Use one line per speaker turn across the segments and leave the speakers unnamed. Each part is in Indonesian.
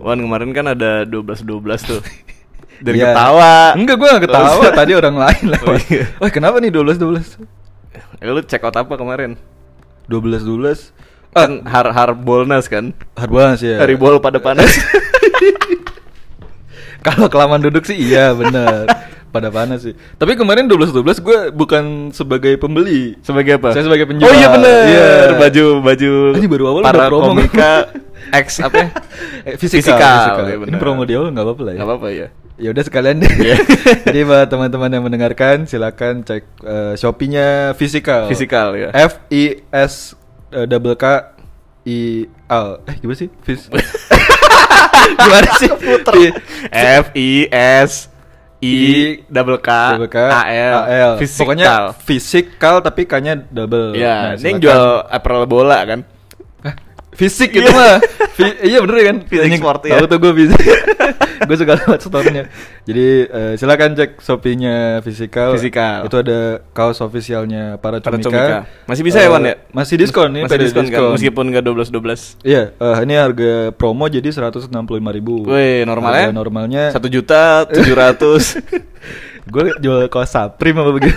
Wan kemarin kan ada 12-12 tuh Dari
Iya.
ketawa
Enggak, gue gak ketawa.
Terus-
Tadi orang lain lah.
Oh, iya.
Wah, kenapa nih 12-12?
Eh, Lu check out apa kemarin?
12-12? Eh,
Kan har harbolnas kan?
Harbolnas ya.
Hari bol pada panas
Kalau kelamaan duduk sih iya bener Pada panas sih Tapi kemarin 12-12 gue bukan sebagai pembeli
Sebagai apa?
Saya sebagai penjual.
Oh iya bener
Iya.
Baju Baju
Ini baru awal
Para
udah promo.
komika X apa ya?
Eh, Fisikal,
Fisikal,
fisikal.
iya
Ini
bener.
promo di awal gak apa-apa lah ya
Gak apa-apa ya
Ya udah sekalian
Iya.
Jadi buat teman-teman yang mendengarkan silakan cek eh, Shopee-nya Fisikal
Fisikal, ya.
Oh. F I S eh, double K I L Eh gimana sih? Fis Gimana sih? Fi-
F I S I double K
double K
A L
AL.
Fisikal.
Pokoknya fisikal tapi kayaknya double. Nah,
Iya, ini yang
silakan.
jual apparel bola kan?
Hah? fisik gitu mah. Fi- iya bener kan?
Fisik
Anjing,
sport,
Tahu
ya.
tuh gue fisik. gue suka lewat store-nya. Jadi eh, silakan cek Shopee-nya fisikal.
Fisikal.
Itu ada kaos officialnya para
Para
comika.
Comika. Masih bisa ya,
Eh,
Wan, ya?
Masih diskon nih,
Masih
PD
diskon, kan? Meskipun nggak 12-12
Iya, eh, ini harga promo jadi 165.000. ribu
Weh, normalnya?
Uh, normalnya
1 ya? juta 700
gue jual kaos Saprim apa begitu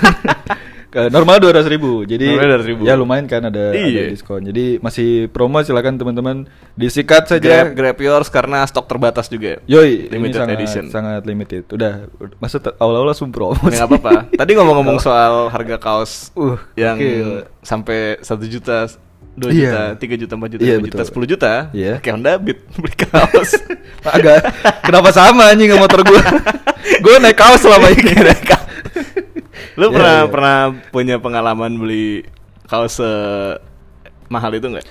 Ke- normal dua ratus ribu jadi
Normal 200.000.
ya lumayan kan ada, ada
Iya.
diskon jadi masih promo silakan teman-teman disikat
grab,
saja
grab yours karena stok terbatas juga ya?
yoi
Limited
ini sangat,
edition.
sangat limited udah masa te- awal-awal langsung promo
Ya, nggak apa-apa Tadi ngomong-ngomong soal harga kaos
Uh,
Yang
gokil.
sampai 1 juta 2
Iya.
juta, 3 juta, 4 juta,
Iya,
5 juta,
betul.
10 juta
Iya.
Pakai Honda Beat Beli kaos
agak kenapa sama anjing sama motor gue gue naik kaos selama ini
Lu
Iya,
pernah
iya.
pernah punya pengalaman beli kaos eh, mahal itu nggak?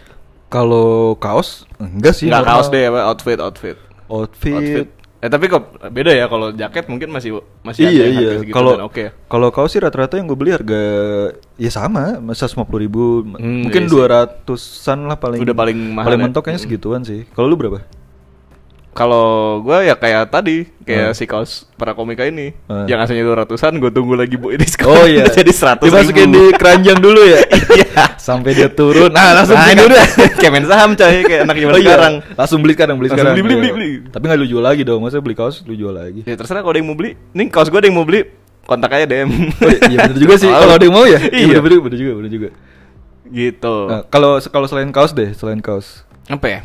kalau kaos enggak sih
Nggak
normal.
kaos deh, apa outfit, outfit
outfit,
outfit. Eh tapi kok beda ya kalau jaket mungkin masih masih yang
iya iya
harga segitu
kalau
dan oke. ya?
kalau kaos sih rata-rata yang gue beli harga ya sama masa lima puluh ribu
Hmm,
mungkin
iya sih.
dua ratusan lah paling
Udah paling mahal ya?
mentok
Hmm.
kayaknya segituan sih kalau lu berapa
Kalau gua ya kayak tadi, kayak
Hmm.
si kaos para komika ini.
Hmm.
Yang aslinya 200-an gua tunggu lagi Bu ini
oh
sekarang
iya
jadi 100
dimasukin di keranjang dulu ya
Iya.
sampai dia turun nah langsung
Nah,
beli
kan.
dulu dah.
Kayak main saham, coy, kayak anak zaman
Oh iya,
sekarang.
langsung beli sekarang beli
Langsung
sekarang
beli, beli,
Iya.
beli, beli.
tapi nggak lu jual lagi dong masa beli kaos lu jual lagi
Ya terserah kalau ada yang mau beli. Nih kaos gua ada yang mau beli, kontak aja DM.
Oh, iya bener juga sih kalau ada yang mau ya
Iya.
bener, bener, bener juga bener juga
Gitu.
Nah, kalau kalau selain kaos deh selain kaos
Apa ya?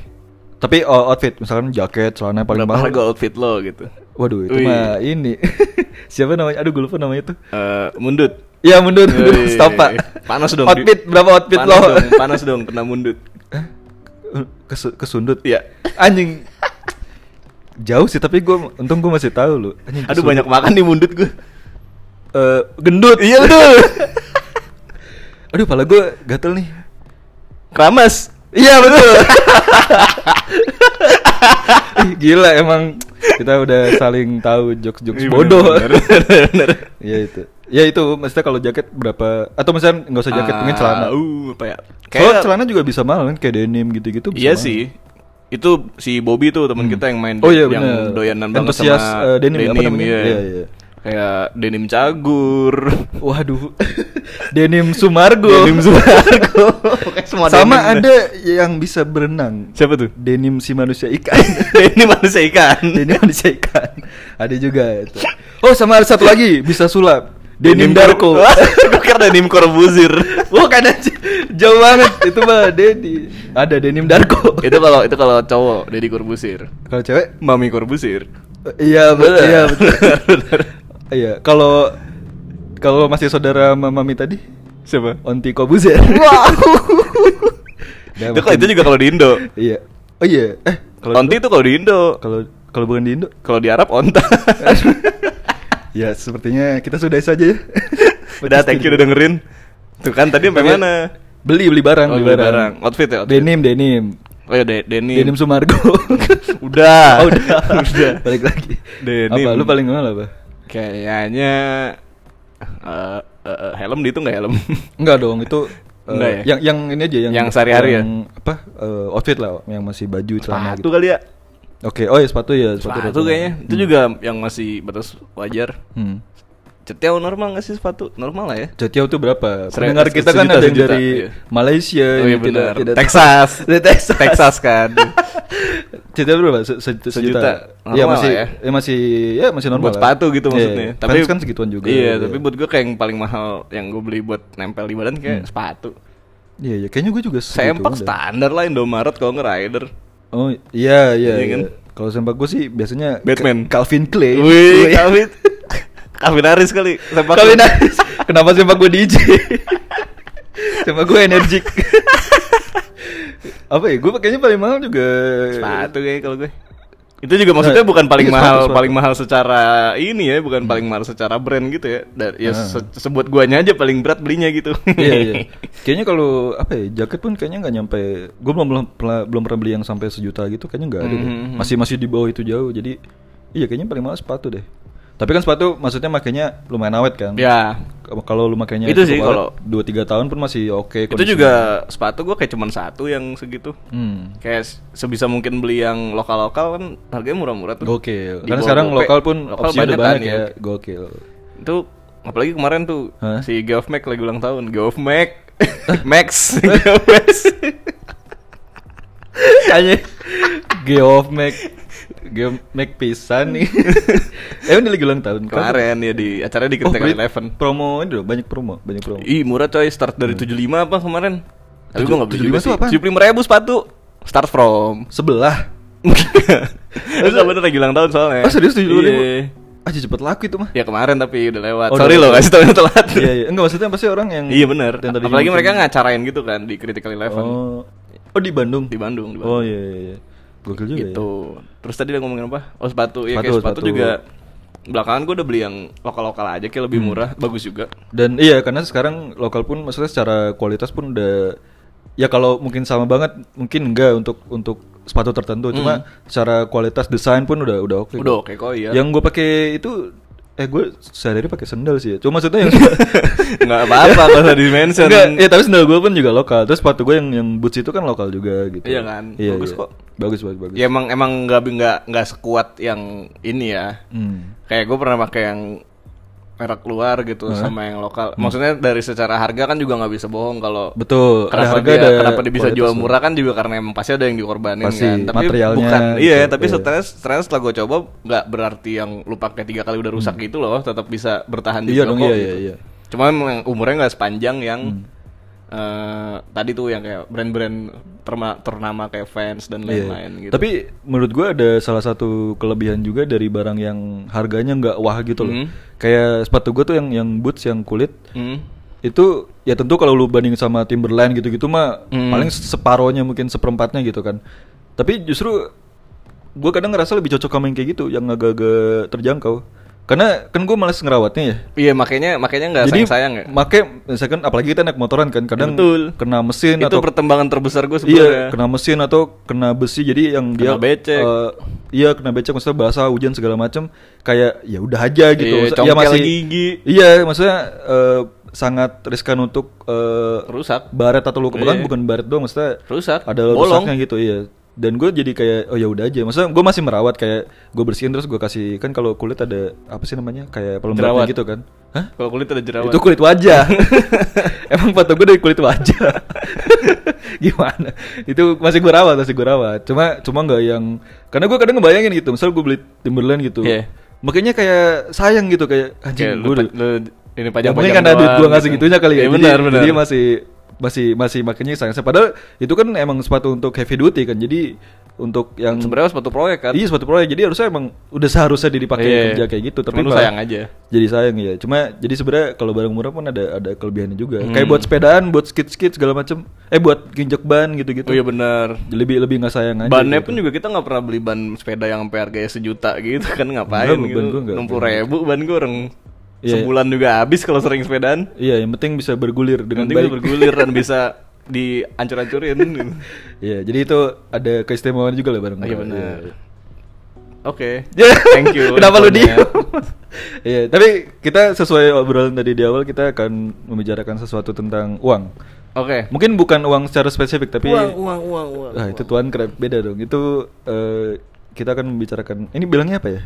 tapi oh, outfit misalkan jaket celana paling
Berapa
mahal
harga outfit lo gitu?
Waduh, itu
Wih.
mah ini. Siapa namanya? Aduh, gue lupa namanya tuh.
Eh, mundut.
Ya mundur, mundur.
Yoi.
stop pak.
Panas dong. Di-
Outfit berapa outfit
panas
lo?
Dong, panas dong, kena mundut.
Eh, kesu- kesundut.
Iya.
Anjing. Jauh sih, tapi gue untung gue masih tahu lu.
Aduh
Anjing, kesundut.
banyak makan di mundut gue.
Eh, gendut. Iya betul. Aduh, pala gue gatel nih.
Keramas.
Iya betul. Ih, Gila emang kita udah saling tahu jokes-jokes
Iya,
bodoh.
bener, bener, bener.
Iya itu. Ya itu maksudnya kalau jaket berapa atau misalnya nggak usah jaket mungkin celana.
Ah, Uh, apa ya?
Kalau
Kayak-
celana juga bisa mahal kan kayak denim gitu-gitu bisa
Iya
mahal.
sih. Itu si Bobby tuh teman kita yang main
Oh iya
yang
benar.
doyanan banget
Antusias,
sama
eh, denim, apa namanya?
iya.
Iya, iya.
Kayak denim cagur.
Waduh. denim Sumargo.
Denim Sumargo. Pokoknya semua
Sama
denim
ada yang bisa berenang.
Siapa tuh?
Denim si manusia ikan.
denim manusia ikan.
denim manusia ikan. Ada juga itu. Oh, sama ada satu lagi bisa sulap. Denim, Darko.
Gue kira denim korbuzir.
Wah, kan jauh banget itu mah Dedi. Ada Denim Darko.
itu kalau itu kalau cowok Deddy Korbusir.
Kalau cewek
Mami Korbusir.
Iya betul.
Bener. ya?
Iya betul.
Bener.
Iya kalau kalau masih saudara sama mami tadi
Siapa?
Onti Kobuzer. Udah,
itu,
makin-
itu juga kalau di Indo.
Iya. Oh iya. Eh
Onti itu kalau di Indo.
kalau kalau bukan di Indo.
Kalau di Arab onta.
Ya sepertinya kita sudah saja ya.
Udah thank you udah dengerin. Tuh kan tadi sampai
Tapi-
mana?
Beli beli barang,
Oh,
beli,
beli
barang.
barang. Outfit ya, outfit.
Denim, denim.
Oh ya de denim.
Denim Sumargo.
Udah.
Oh, udah.
Udah.
Balik lagi.
Denim.
Apa lu paling mahal apa?
Kayaknya eh, eh, eh, helm dihitung nggak helm?
Enggak dong, itu eh,
Enggak ya?
yang yang ini aja yang
Yang sehari-hari ya?
yang apa eh, outfit lah yang masih baju celana
Sepatu
gitu.
kali ya?
Oke, oh ya sepatu ya sepatu.
Sepatu Hmm. kayaknya. Itu juga yang masih batas wajar.
Hmm.
Cetiau normal nggak sih sepatu? Normal lah ya.
Jatiau itu berapa?
Sere-
Pendengar kita kan
sejuta,
ada yang
sejuta,
dari
iya.
Malaysia,
Oh iya
yang tidak-
benar.
tidak-
Texas.
dari Texas.
Texas kan.
Sejuta berapa? Se- se- sejuta.
Sejuta.
Ya
Normal
masih
lah
ya.
ya.
masih ya masih normal.
buat sepatu gitu
Iya,
maksudnya.
iya. Vans kan segituan juga.
Iya, tapi buat gue kayak yang paling mahal yang gue beli buat nempel di badan kayak
Hmm.
sepatu.
Iya, iya. Kayaknya gue juga segitu
Sempak
ada.
standar lah Indomaret kalau nggak Rider.
Oh, iya
Iya
iya. iya.
kan?
Kalau sempak gue sih biasanya
Batman.
Ka- Calvin Klein. Iya.
Wih, Calvin. Calvin Harris kali. Sempak ya.
Calvin Harris. Kenapa sempak gue DJ? sempak gue energik. Apa ya? Gue pakainya paling mahal juga.
Sepatu kayaknya kalau gue. Itu juga maksudnya
Nah,
bukan paling
iya, sepatu,
mahal,
sepatu. Hmm.
paling mahal secara ini ya, bukan paling mahal secara brand gitu ya. Dan ya
Ah.
se- sebut guanya aja paling berat belinya gitu.
iya iya. Kayaknya kalau apa ya jaket pun kayaknya nggak nyampe. Gue belum belum pela- belum pernah beli yang sampai sejuta gitu. Kayaknya nggak ada. deh.
Mhm.
Masih masih di bawah itu jauh. Jadi iya kayaknya paling mahal sepatu deh. Tapi kan sepatu maksudnya makanya lumayan awet kan.
ya.
Kalau lu makainya
Itu sih, kalau-
2 3 tahun pun masih oke
Itu
kondisinya.
juga sepatu gue kayak cuman satu yang segitu.
Hmm.
Kayak se- sebisa mungkin beli yang lokal-lokal kan harganya murah-murah tuh. Di
Gokil. Karena
bawah
sekarang
Gopay.
lokal pun
Lokal
opsi udah
banyak kan,
banyak
ya.
ya. Gokil.
Itu apalagi kemarin tuh
Hah?
si Geoff Mac lagi ulang tahun. Geoff Mac. Max. Geoff Max.
Kayaknya Geof Mac Geof Mac pisan nih. eh ini lagi ulang tahun
Kemarin ya di acaranya di Kentek
berarti
Eleven.
Promo ini loh, banyak promo, banyak promo.
Ih murah coy, start dari 75 apa kemarin? Tapi
Hmm. Tujuh-
gua gak beli
75
juga
tuh
sih.
apaan?
75 ribu sepatu. Start from.
Sebelah.
Lu gak bener lagi ulang tahun soalnya.
Ah serius 75.000?
Eh, Iya.
Aja Ah, cepet laku itu mah.
Ya kemarin tapi udah lewat.
Oh,
Sorry
udah
lo
lewat.
kasih tau yang telat.
Iya iya, enggak maksudnya pasti orang yang
Iya bener.
yang tadi
Apalagi mereka
ngomong-
ngacarain gitu kan di Critical Eleven.
Oh. Oh di Bandung.
Di Bandung. Di Bandung.
Oh iya iya iya. Gokil juga ya.
gitu. Terus tadi udah ngomongin apa? Oh sepatu. Ya
Sepatu,
kayak sepatu,
sepatu.
juga. Belakangan gue udah beli yang lokal-lokal aja kayak lebih
Hmm.
murah. Bagus juga.
Dan iya karena sekarang lokal pun maksudnya secara kualitas pun udah ya kalau mungkin sama banget mungkin enggak untuk untuk sepatu tertentu cuma secara kualitas desain pun udah udah oke.
Hmm. Udah oke kok iya.
Yang gue pakai itu eh gue sehari-hari pakai sendal sih. ya. Cuma maksudnya yang
Nggak apa-apa kalau di mention.
Enggak, ya tapi sendal gue pun juga lokal. Terus sepatu gue yang yang boots itu kan lokal juga gitu.
Iya kan? Bagus kok.
Bagus bagus bagus.
Ya emang emang nggak nggak nggak sekuat yang ini ya.
Hmm.
Kayak gue pernah pakai yang merek luar gitu sama yang lokal. Maksudnya dari secara harga kan juga nggak bisa bohong kalau
Betul.
kenapa
ada harga
dia,
ada
kenapa dia bisa
kualitas
jual
loh.
murah kan juga karena emang pasti ada yang dikorbanin
Pasti,
kan. Tapi
materialnya
bukan
gitu,
iya, tapi
iya.
setelah setelah, setelah gue coba nggak berarti yang lu pakai tiga kali udah rusak gitu loh, tetap bisa bertahan di
Hmm. Iya
toko
dong iya
gitu.
iya Hmm. iya.
Cuma emang umurnya nggak sepanjang yang eh, tadi tuh yang kayak brand-brand terma- ternama kayak fans dan
Iya.
lain-lain gitu.
Tapi menurut gua ada salah satu kelebihan juga dari barang yang harganya nggak wah gitu loh.
Mhm.
Kayak sepatu gua tuh yang yang boots yang kulit
Hmm.
itu ya tentu kalau lu banding sama Timberland gitu-gitu mah
Mhm.
paling separohnya mungkin seperempatnya gitu kan. Tapi justru gua kadang ngerasa lebih cocok sama yang kayak gitu yang agak-agak terjangkau. Karena kan gua males ngerawatnya ya.
Iya makanya makanya nggak sayang sayang ya.
make misalkan apalagi kita naik motoran kan kadang
Betul.
kena mesin
Itu
atau
pertembangan terbesar gue
Iya,
sebenarnya.
kena mesin atau kena besi. Jadi yang
ya.
dia
Kena becek.
eh, iya, kena becek maksudnya basah, hujan segala macam kayak ya udah aja gitu.
Iya,
Maksudnya- ya
congkel gigi.
Iya, maksudnya eh, sangat riskan untuk eh,
Rusak,
baret atau luka
Iya.
bahkan bukan baret doang maksudnya
rusak,
ada
bolong.
rusaknya gitu iya dan gue jadi kayak oh ya udah aja maksudnya gue masih merawat kayak gue bersihin terus gue kasih kan kalau kulit ada apa sih namanya kayak
Jerawat.
pelembabnya gitu kan hah
Kalau kulit ada jerawat.
itu kulit wajah. Emang foto gue dari kulit wajah. Gimana? Itu masih gue rawat, masih gue rawat. Cuma cuma nggak yang karena gue kadang ngebayangin gitu. Misal gue beli Timberland gitu.
Iya.
Makanya kayak sayang gitu kayak
Kayak
anjing
lu,
gue.
pa- lu ini
Yang
panjang-panjang
penting karena duit gue ngasih
gitu.
gitunya kali ya.
Iya,
Jadi-
benar, benar.
Jadi masih masih masih makanya sayang. Padahal itu kan emang sepatu untuk heavy duty kan. Jadi untuk yang
sebenarnya sepatu proyek kan.
Iya sepatu proyek. Jadi harusnya emang udah seharusnya dia dipakai
Iya.
kerja kayak gitu. Tapi
Cuman lu
malah-
sayang aja.
Jadi sayang ya. Cuma jadi sebenarnya kalau barang murah pun ada ada kelebihannya juga.
Hmm.
Kayak buat sepedaan, buat skit-skit segala macem. Eh buat ginjek ban
Oh
gitu-gitu.
iya benar.
Lebih lebih nggak sayang aja.
Bannya
gitu.
pun juga kita nggak pernah beli ban sepeda yang sampai harganya sejuta gitu kan ngapain
Enggak, ban gua
gitu.
enggak.
Enam puluh ribu ban gue orang
Iya.
sebulan juga habis kalau sering sepedaan.
Iya, yang penting bisa bergulir dengan
Dengan
baik.
bergulir dan bisa diancur-ancurin. gitu.
Iya, jadi itu ada keistimewaan juga lah barang
Oh, iya
murah.
benar.
Iya.
Oke.
Ya.
Thank you.
Kenapa lu
infonya.
diem? Iya, tapi kita sesuai obrolan tadi di awal kita akan membicarakan sesuatu tentang uang.
Oke.
Mungkin bukan uang secara spesifik tapi
Uang, uang, uang, uang.
Ah, itu tuan krep beda dong. Itu eh, kita akan membicarakan ini bilangnya apa ya?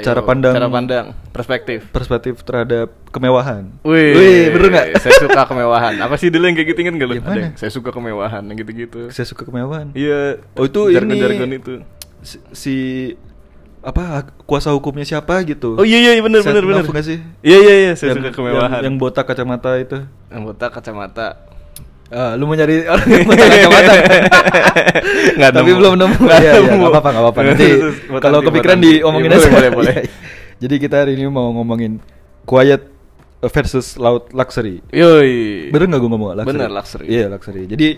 Apa itu?
cara pandang
cara pandang perspektif
perspektif terhadap kemewahan.
Wih,
bener nggak?
Saya suka kemewahan. Apa sih dulu yang kayak gitu inget gak lu?
Yang
Ada
mana?
yang, Saya suka kemewahan, yang gitu-gitu.
Saya suka kemewahan.
Iya.
Oh, itu ini.
jargon-jargon itu.
Si, si apa hak- kuasa hukumnya siapa gitu?
Oh iya iya iya, bener
Saya-
bener bener.
maaf nggak sih?
Iya iya iya, saya
Yang-
suka kemewahan.
Yang, yang botak kacamata itu.
anggota kacamata.
Ah, lu mau nyari orang yang botak kacamata?
Nggak
Tapi
nemu.
belum nemu.
Nggak
Iya, iya,
nemu.
nggak apa-apa, nggak apa-apa. Nanti
Terus, buat
kalau
nanti, buat
kepikiran
nanti.
diomongin
Iya,
aja.
Boleh boleh.
Iya, iya. Jadi kita hari ini mau ngomongin quiet versus loud luxury.
Yoi.
Bener nggak gue ngomong luxury?
Iya. Bener, luxury.
Iya luxury. Jadi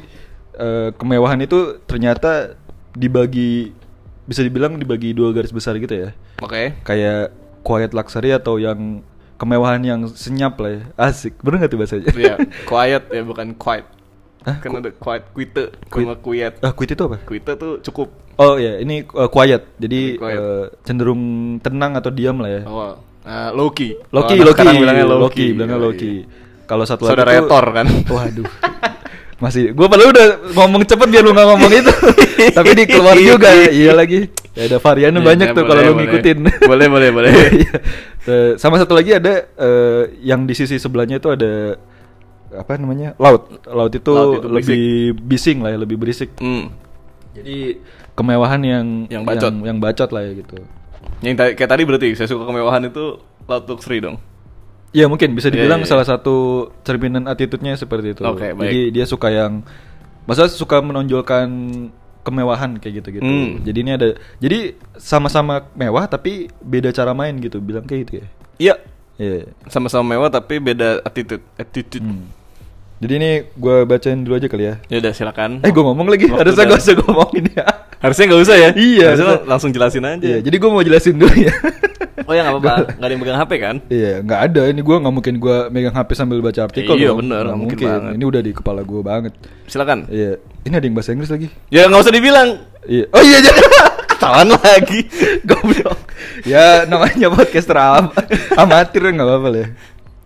eh, kemewahan itu ternyata dibagi bisa dibilang dibagi dua garis besar gitu ya.
Oke.
Kayak quiet luxury atau yang kemewahan yang senyap lah ya. Asik. Bener nggak tuh bahasanya?
Iya, quiet ya bukan quiet.
Hah?
Kan ada quiet quite
Quit?
sama quiet.
Ah, quit itu apa?
Quite tuh cukup.
Oh iya, ini uh, quiet. Jadi
Ini quiet.
uh, cenderung tenang atau diam lah ya.
Oh, eh, Loki. Kalau
Loki,
anak
Loki,
sekarang bilangnya Loki.
Loki, bilangnya
Yoi.
Loki. Kalau satu lagi
Saudara
tuh-
Thor kan?
Waduh. Masih, gue padahal udah ngomong cepet biar lu gak ngomong itu Tapi dikeluar juga, iya lagi Ya ada variannya
Iya,
banyak
iya,
tuh
boleh,
kalau lu
boleh.
ngikutin
Boleh, boleh, boleh.
Iya. Eh, Sama satu lagi ada eh, yang di sisi sebelahnya itu ada Apa namanya? Laut Laut itu,
Laut itu berisik.
lebih bising lah ya, lebih berisik
Hmm.
Jadi kemewahan yang
Yang bacot.
yang, yang bacot lah ya gitu.
Yang tadi- kayak tadi berarti saya suka kemewahan itu Laut Luxury dong.
Ya mungkin bisa
Iya,
dibilang
iya, iya.
salah satu cerminan attitude-nya seperti itu.
Oke, baik.
Jadi dia suka yang masa suka menonjolkan kemewahan kayak gitu-gitu.
Hmm.
Jadi ini ada jadi sama-sama mewah tapi beda cara main gitu, bilang kayak gitu ya.
Iya.
Iya.
Sama-sama mewah tapi beda attitude. Attitude.
Hmm. Jadi ini gua bacain dulu aja kali ya.
Ya udah silakan.
Eh gua ngomong lagi,
Waktu
harusnya
dan-
gua usah ngomongin ya.
Harusnya nggak usah ya?
Iya,
Harusnya
harusnya.
langsung jelasin aja.
Iya, jadi gua mau jelasin dulu ya.
Oh ya nggak apa-apa, nggak ada yang pegang HP kan?
Iya, nggak ada. Ini gua nggak mungkin gua megang HP sambil baca artikel.
Iya,
dong.
bener.
Nggak
Nggak mungkin banget.
Ini udah di kepala gua banget.
Silakan.
Iya. Ini ada yang bahasa Inggris lagi.
Ya nggak usah dibilang.
Iya. Oh iya, iya.
Ketahuan lagi.
goblok. ya namanya podcaster am amatir nggak apa-apa lah. ya.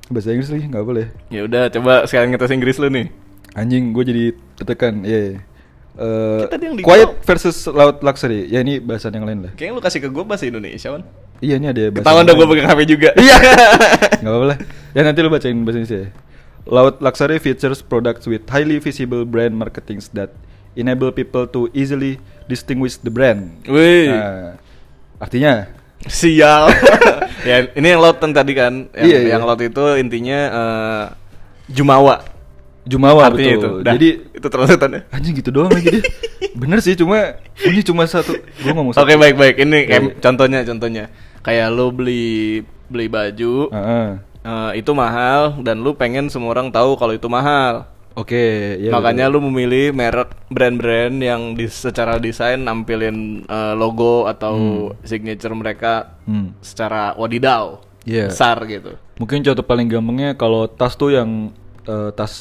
Bahasa Inggris lagi nggak boleh.
ya udah, coba sekarang ngetes Inggris lu nih.
Anjing, gue jadi tertekan. Iya. iya. Eh,
Kita tadi yang di-
quiet versus loud luxury. Ya ini bahasan yang lain lah.
Kayaknya lu kasih ke gue bahasa Indonesia kan?
Iya ini ada bahasa.
Ketahuan dah
yang
gue
lain.
pegang HP juga.
Iya. Gak apa-apa lah. Ya nanti lu bacain bahasa Indonesia ya. Loud luxury features products with highly visible brand marketings that enable people to easily distinguish the brand.
Wih.
Nah, artinya
Sial. ya, ini yang laut kan tadi kan. Yang,
Iya, iya.
yang laut itu intinya eh, Jumawa.
Jumawa
Artinya
betul.
itu. Dah,
Jadi
itu translatannya.
anjing gitu doang aja dia. Bener sih cuma ini cuma satu. Gua ngomong
Oke,
satu.
baik-baik. Ini
Iya,
em,
iya.
contohnya contohnya. Kayak lu beli beli baju
Heeh.
eh, itu mahal dan lu pengen semua orang tahu kalau itu mahal.
Oke, ya
Makanya lu memilih merek brand-brand yang di, secara desain nampilin eh, logo
Hmm.
atau signature mereka
betul. Hmm.
secara wadidau.
Iya.
Besar gitu.
Mungkin contoh paling gampangnya kalau tas tuh yang eh, tas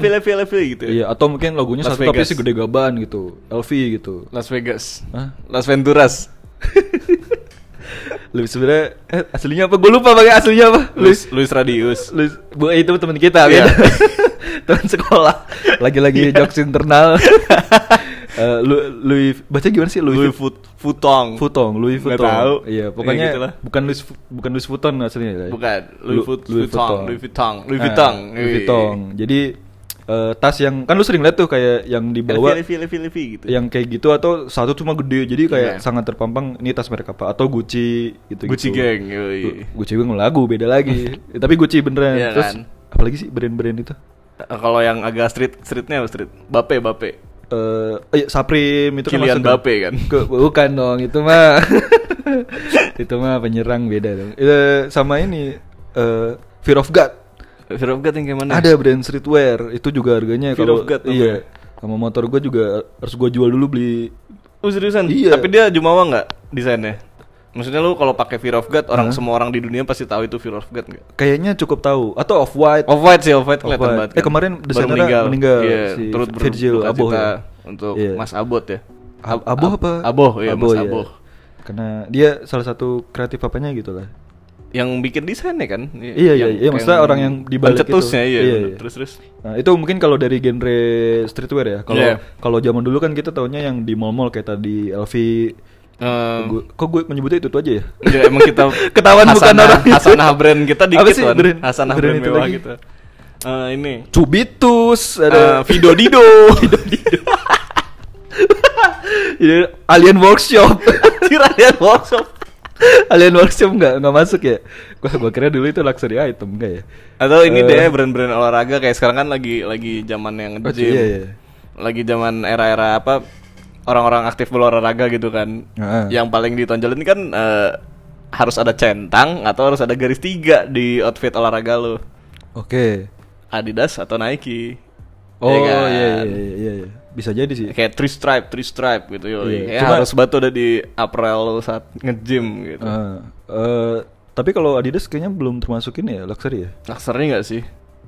LV, LV, LV, LV gitu.
Iya, atau mungkin logonya
Las
satu tapi
Vegas.
segede gaban gitu. LV gitu.
Las Vegas.
Hah?
Las Venturas.
Lebih sebenarnya eh, aslinya apa? Gue lupa pakai aslinya apa.
Luis Luis Radius.
Luis, bu eh, itu teman kita,
Iya.
beda. teman sekolah. Lagi-lagi jokes internal. Eh, Lu Louis, baca gimana sih
Louis
Louis?
Fut Futong.
Futong, Louis
Nggak
Vuitton.
tahu.
Iya,
Ya,
pokoknya
gitu lah.
bukan Louis Vu- bukan Louis Vuitton aslinya. ya?
Bukan, Louis
Lu-
Vu- Vuitton, Louis Vuitton, Louis
Ah,
Vuitton.
Louis
Wih.
Vuitton. Jadi eh, tas yang kan lu sering lihat tuh kayak yang dibawa
LV, LV, LV gitu.
yang kayak gitu atau satu cuma gede jadi kayak
Iya.
sangat terpampang ini tas merek apa atau Gucci gitu
Gucci Gang. yoi.
Gucci Gang lagu beda lagi Eh, tapi Gucci beneran
Iya
terus
kan?
apalagi sih brand-brand itu
Eh, Kalau yang agak street, streetnya apa street? Bape, Bape.
eh eh, Saprim itu kan
Kylian
masuk
Mbappe kan?
Ke- bukan dong itu mah itu mah penyerang beda dong Eh, sama ini eh Fear of God
Fear of God yang kayak mana?
ada brand streetwear itu juga harganya
Fear
kalau
of God
iya sama motor gue juga harus gue jual dulu beli
Oh seriusan?
Iya.
Tapi dia Jumawa nggak desainnya? Maksudnya lu kalau pakai Fear of God, orang semua orang di dunia pasti tahu itu Fear of God nggak?
kayaknya cukup tahu atau off white
Off White sih, Off White kelihatan
Off-White.
banget. kan.
Eh, kemarin
Baru
desainernya meninggal,
Iya,
si
turut
Virgil
Virgil
Abloh
Aboh
ya.
untuk
Iya.
Mas Abot ya.
Ab-
Ab-
aboh
Ab-
apa
Aboh, iya Mas
iya.
Aboh.
karena dia salah satu kreatif apanya gitu lah
Yang bikin desainnya kan?
Iya, iya, iya, maksudnya orang yang di balik itu.
pencetusnya, iya,
Iya,
bener.
iya.
Terus terus.
Nah, itu mungkin kalau dari genre streetwear ya. Kalau
Iya.
kalau zaman dulu kan kita taunya yang di mall-mall kayak tadi LV
Eh,
Gua- kok gue menyebutnya itu, tuh aja ya?
ya emang kita
Ketahuan bukan
hasanah-
orang gitu.
Hasanah brand kita
Apa
dikit
sih
Wan.
brand-
Hasanah
brand
brand,
itu
mewah
lagi?
gitu. Eh, ini
Cubitus,
eh
ada
Vido Dido.
Ini Iya, Alien Workshop. Anjir Alien Workshop. Alien Workshop nggak nggak masuk ya? Gua gua kira dulu itu luxury item enggak ya?
Atau ini
Eh.
deh brand-brand olahraga kayak sekarang kan lagi lagi zaman yang
Oh,
gym.
iya, iya.
Lagi zaman era-era apa orang-orang aktif berolahraga gitu kan.
Heeh.
Yang paling ditonjolin kan eh, harus ada centang atau harus ada garis tiga di outfit olahraga lo.
Oke.
Adidas atau Nike.
Oh
Ya kan?
iya, iya iya iya iya. Bisa jadi sih.
Kayak three stripe, three stripe gitu yo. Kayak
Iya, cuma-
harus batu ada di apparel lo saat nge-gym gitu.
Eh, eh, tapi kalau Adidas kayaknya belum termasuk ini ya luxury ya?
Luxury nggak sih?